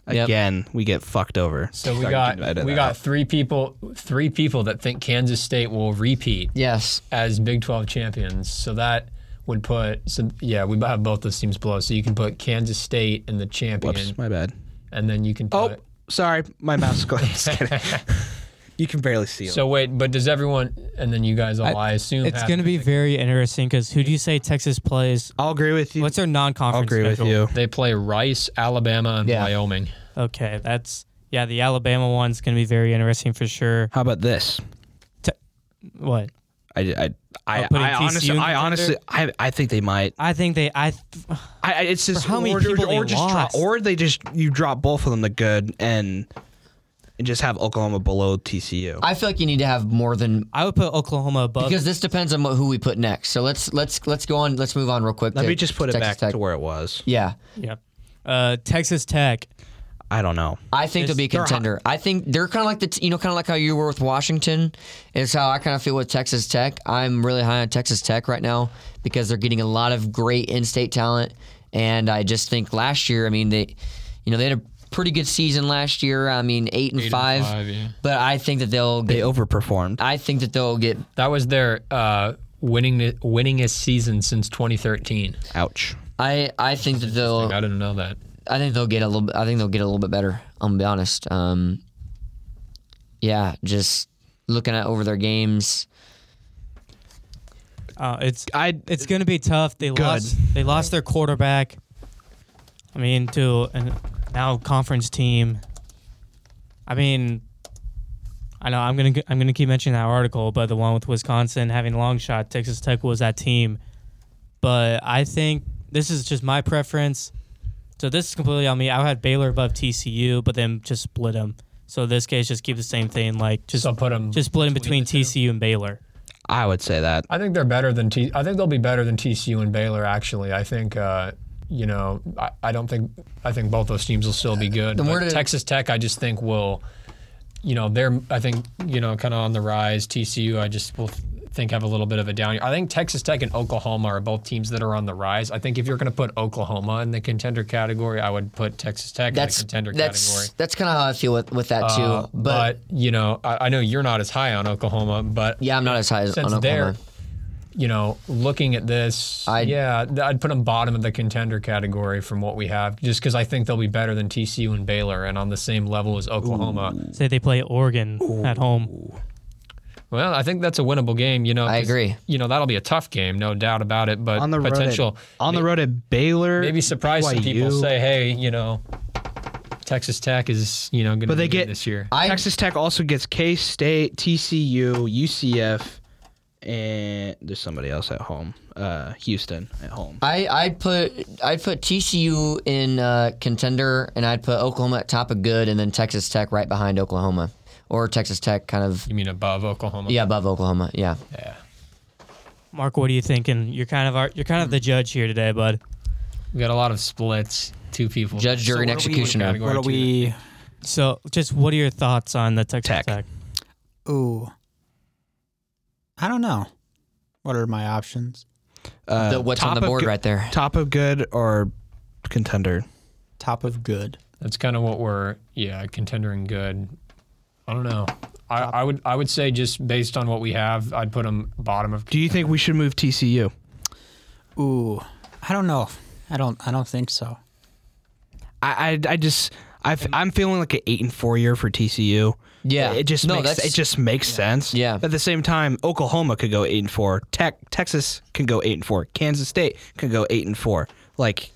Yep.
Again, we get fucked over.
So we
Sorry,
got
I did
we
that.
got three people three people that think Kansas State will repeat
yes.
as Big 12 champions. So that would put so yeah, we have both those teams below. So you can put Kansas State in the champion,
Whoops, my bad.
and then you can
Oh,
put.
sorry, my mouse clicked. Just kidding. you can barely see it.
So wait, but does everyone? And then you guys all, I, assume
It's
have-
going to be very interesting because who do you say Texas plays?
I'll agree with you.
What's their non-conference?
I'll agree with
schedule?
you.
They play Rice, Alabama, and
Yeah.
Wyoming.
Okay, that's yeah. The Alabama one's going to be very interesting for sure.
How about this?
What
I I I,
Oh, putting
I honestly
TCU in
I
contender?
honestly I, I think they might.
I think they I
I, I it's just
For how many
or,
people
or
they
just drop,
lost?
or they just you drop both of them to good and and just have Oklahoma below TCU.
I feel like you need to have more than
I would put Oklahoma above.
because this depends on who we put next. So let's let's let's go on. Let's move on real quick.
Let
to
me just put it
Texas
back
Tech.
to where it was.
Yeah.
yeah. Uh, Texas Tech.
I don't know.
I think they'll be a
they're hot.
contender. I think they're kind of like the t- you know kind of like how you were with Washington. Is how I kind of feel with Texas Tech. I'm really high on Texas Tech right now because they're getting a lot of great in-state talent, and I just think last year, I mean they, you know they had a pretty good season last year. I mean eight and
Eight and
five,
five, yeah.
but I think that they'll
They
get.
overperformed.
I think that they'll get.
That was their uh, winning winningest season since 2013.
Ouch.
I I think that they'll.
I didn't know that.
I think they'll get a little. bit- I think they'll get a little bit better. I'm gonna be honest. Um, yeah, just looking at over their games.
Uh, it's
I
it's going to be tough. They lost. They lost their quarterback. I mean, to an now conference team. I mean, I know I'm gonna g- I'm gonna keep mentioning that article, but the one with Wisconsin having a long shot, Texas Tech was that team. But I think this is just my preference. So this is completely on me. I had Baylor above TCU, but then just split them. So this case, just keep the same thing, like just
So put 'em
just split 'em between TCU and Baylor.
I would say that.
I think they're better than T. I think they'll be better than TCU and Baylor. Actually, I think uh, you know. I, I don't think. I think both those teams will still be good.
Then where
But
did-
Texas Tech, I just think will. You know, they're. I think you know, kind of on the rise. TCU, I just will think have a little bit of a down year. I think Texas Tech and Oklahoma are both teams that are on the rise. I think if you're going to put Oklahoma in the contender category, I would put Texas Tech
That's
in the contender
that's
category.
that's kind of how I feel with with that too.
Uh,
but,
but, you know, I, I know you're not as high on Oklahoma, but
yeah, I'm not as high as on
since they're,
Oklahoma.
you know, looking at this,
I'd-
yeah, th- I'd put them bottom of the contender category from what we have, just because I think they'll be better than TCU and Baylor and on the same level as Oklahoma.
Say they play Oregon at home.
Well, I think that's a winnable game. You know,
I
'cause,
agree.
You know, that'll be a tough game, no doubt about it. But
On the
potential,
road at, on the road at Baylor.
maybe surprise some people.
BYU.
Say, hey, you know, Texas Tech is you know going to
But
be
they
good
get-
this year.
I
Texas Tech also gets K State, TCU, UCF, and there's somebody else at home. Uh, Houston at home.
I I'd put I'd put TCU in uh, contender, and I'd put Oklahoma at top of good, and then Texas Tech right behind Oklahoma, or Texas Tech kind of
You mean above Oklahoma?
yeah above Oklahoma. Yeah,
Yeah.
Mark, what are you thinking? You're kind of our, you're kind of the judge here today, bud.
We got a lot of splits. Two people.
judge, jury, and
what are we-
executioner.
Category
What are
two.
we?
So, just what are your thoughts on the Texas Tech?
Tech.
Ooh. I don't know. What are my options?
Uh,
The- what's on
top
the
of
board
good-
right there?
Top of good or contender?
Top of good.
That's kind of what we're yeah contender and good. I don't know. I, I would I would say just based on what we have, I'd put them bottom of.
Do you think we should move TCU?
Ooh. I don't know. I don't I don't think so.
I I, I just I am feeling like an eight and four year for TCU.
Yeah.
it just
No,
makes
that's-
it just makes sense.
Yeah.
At the same time, Oklahoma could go eight and four. Tech Texas can go eight and four. Kansas State can go eight and four. Like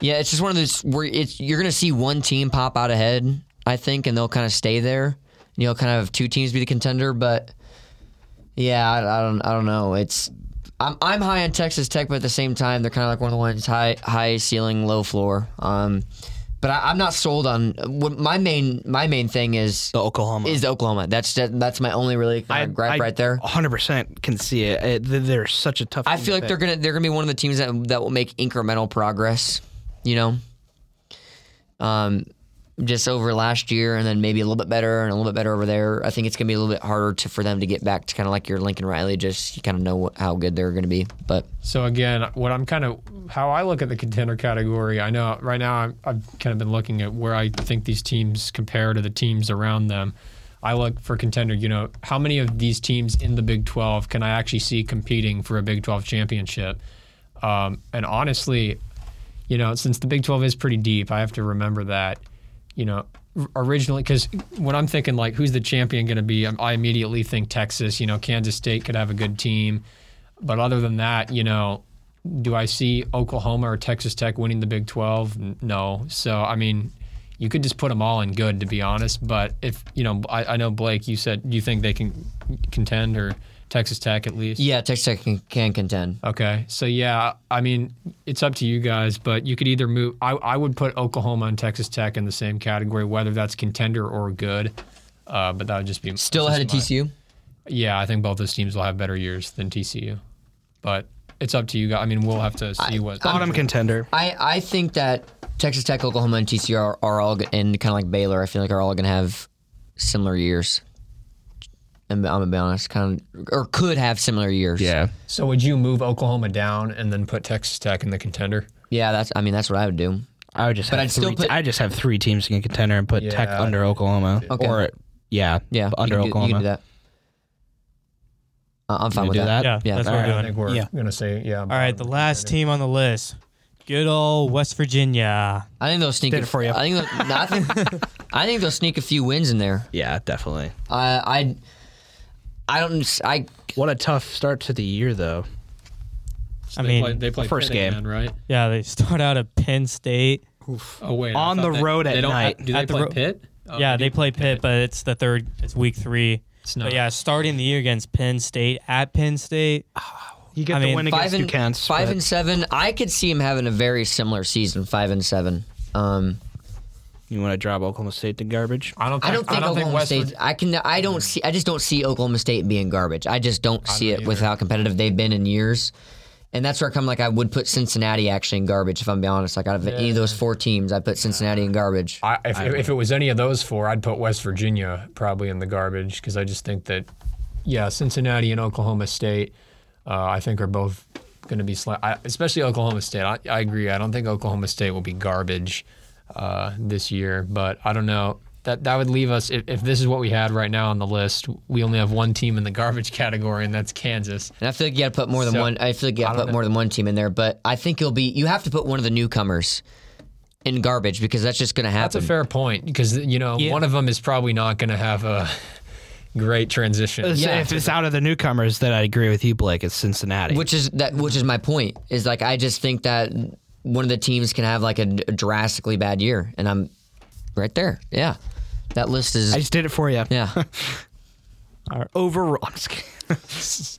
Yeah, it's just one of those where it's you're gonna see one team pop out ahead, I think, and they'll kind of stay there. You know, kind of have two teams be the contender, but yeah, I, I don't, I don't know. It's I'm I'm high on Texas Tech, but at the same time, they're kind of like one of the ones high high ceiling, low floor. Um, but I, I'm not sold on what my main my main thing is
the Oklahoma
is Oklahoma. That's that's my only really kind of gripe right there.
100% can see it. it. th- They're such a tough.
I
team
feel
to
like they're
pick.
gonna they're gonna be one of the teams that that will make incremental progress, you know. Um, just over last year, and then maybe a little bit better and a little bit better over there. I think it's gonna be a little bit harder to for them to get back to kind of like your Lincoln Riley. Just you kind of know what, how good they're gonna be, but
So again, what I'm kind of how I look at the contender category. I know right now I'm, I've kind of been looking at where I think these teams compare to the teams around them. I look for contender. You know, how many of these teams in the Big 12 can I actually see competing for a Big 12 championship? Um, and honestly, you know, since the Big 12 is pretty deep, I have to remember that, you know, r- originally, because when I'm thinking like who's the champion going to be, I'm- I immediately think Texas, you know, Kansas State could have a good team. But other than that, you know, do I see Oklahoma or Texas Tech winning the Big 12? N- No. So, I mean, you could just put them all in good, to be honest. But if, you know, I, I know, Blake, you said you think they can contend or Texas Tech at least.
yeah, Texas Tech can, can contend.
Okay. So yeah, I mean, it's up to you guys, but you could either move I, I would put Oklahoma and Texas Tech in the same category, whether that's contender or good. Uh, but that would just be
Still ahead of
that's just my-
TCU.
Yeah, I think both those teams will have better years than TCU. But it's up to you guys. I mean, we'll have to see what
bottom contender.
I I think that Texas Tech, Oklahoma, and TCU are, are all, go- and kind of like Baylor, I feel like are all going to have similar years. And I'm gonna be honest, kind of, or could have similar years.
Yeah.
So would you move Oklahoma down and then put Texas Tech in the contender?
yeah. That's, I mean, that's what I would do.
I would just
But
have
I'd
three,
still put-
I just have three teams in contender and put Tech
Yeah.
under Oklahoma
Okay.
or yeah
Yeah,
under
you can do,
Oklahoma.
You can do that. I- I'm fine
You
with
do
that.
that?
Yeah,
Uh, Yeah,
that's what we're
All right, I
doing.
think we're
Yeah.
gonna say yeah.
All right, the last team on the list. Good old West Virginia.
I think they'll sneak.
Did
a-
it for you.
I think. they'll- no, I think. I think they'll sneak a few wins in there.
Yeah, definitely.
I. I. I don't. s- I.
What a tough start to the year though.
I mean,
they play
first
Pitt
game.
again, right?
yeah, they start out at Penn State.
Oh wait, I
On
thought
the
they-
road at
they don't
night.
Have, do they
At the
play
ro-
Pitt? Oh,
yeah,
do.
they play Pitt, but it's the third. It's week three.
It's
But
not-
yeah, starting the year against Penn State at Penn State.
You get
I
the
mean,
win
Five
against
and
Duquesne.
five
but
and seven. I could see him having a very similar season. Five and seven. Um,
you want to drop Oklahoma State to garbage?
I don't. Think,
I don't think Oklahoma
West
State. I can. I don't see. I just don't see Oklahoma State being garbage. I just don't see it
don't
with
either.
how competitive they've been in years. And that's where I come. Like I would put Cincinnati actually in garbage. If I'm being honest, like out of any of those four teams, I put Cincinnati in garbage.
I, if, if it was any of those four, I'd put West Virginia probably in the garbage because I just think that, yeah, Cincinnati and Oklahoma State, uh, I think are both going to be, sli- I, especially Oklahoma State. I, I agree. I don't think Oklahoma State will be garbage uh, this year, but I don't know. That, that would leave us, if, if this is what we had right now on the list, we only have one team in the garbage category, and that's Kansas.
And I feel like you got to put more than
So,
one. I feel like you
I
got to
don't
put
know.
more than one team in there. But I think you'll be. You have to put one of the newcomers in garbage because that's just going to happen.
That's a fair point because, you know, one of them is probably not going to have a great transition.
Uh, Yeah. If it's out of the newcomers, then I agree with you, Blake. It's Cincinnati.
Which is that. Which is my point. Is like I just think that one of the teams can have like a, d- a drastically bad year, and I'm right there. Yeah, that list is.
I just did it for you.
yeah. All
Overall, I'm just kidding.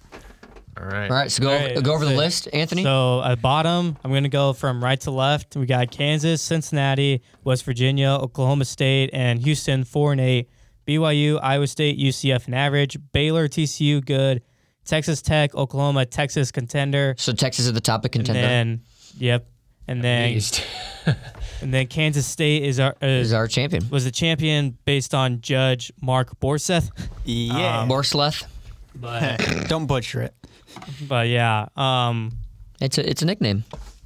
All right.
right. So go
All right,
go over the
that's it.
list, Anthony.
So at bottom, I'm going to go from right to left. We got Kansas, Cincinnati, West Virginia, Oklahoma State, and Houston, 4 and 8. BYU, Iowa State, UCF, and average. Baylor, TCU, good. Texas Tech, Oklahoma, Texas, contender.
so Texas is the top of
And
contender.
then, yep. And then,
East.
and then Kansas State is our,
is
is
our champion.
was the champion based on Judge Mark Borseth.
Um,
Yeah.
Borsleth.
But,
Um, Don't butcher it.
but yeah. Um,
It's a it's a nickname.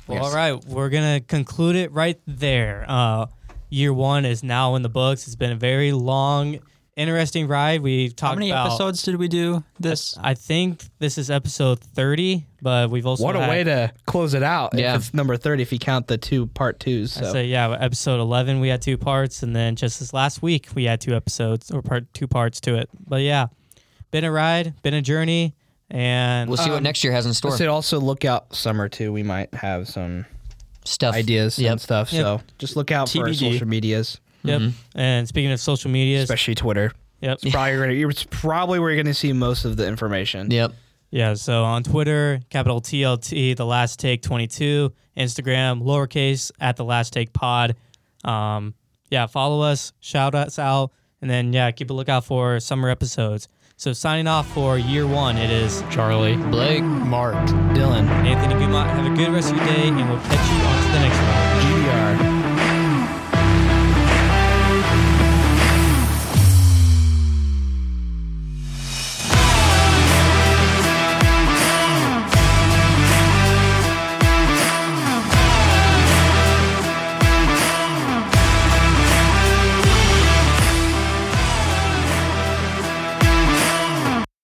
Well, all right, we're gonna conclude it right there. Uh, year one is now in the books. It's been a very long, interesting ride. We talked
How many
about.
episodes did we do this?
I think this is episode thirty, but we've also
What a
had,
way to close it out.
Yeah.
If it's number 30 if you count the two part twos.
I
So.
say yeah, episode eleven we had two parts, and then just this last week we had two episodes or part two parts to it. But yeah, been a ride, been a journey, and
We'll see
Um,
what next year has in store.
I said also look out summer too. We might have some
Stuff
ideas
Yep.
and stuff. So just look out for our
TBD.
social medias,
yep.
Mm-hmm.
And speaking of social media,
especially Twitter.
yep,
It's probably gonna, it's probably where you're going to see most of the information.
Yep.
Yeah, so on Twitter, capital TLT, the last take 22, Instagram, lowercase at the last take pod. Um, yeah, follow us, shout us out, and then yeah, keep a lookout for summer episodes. So signing off for year one, it is
Charlie.
Blake.
Mark, Dylan.
Anthony Gumont. Have a good rest of your day, and we'll catch you on to the next one.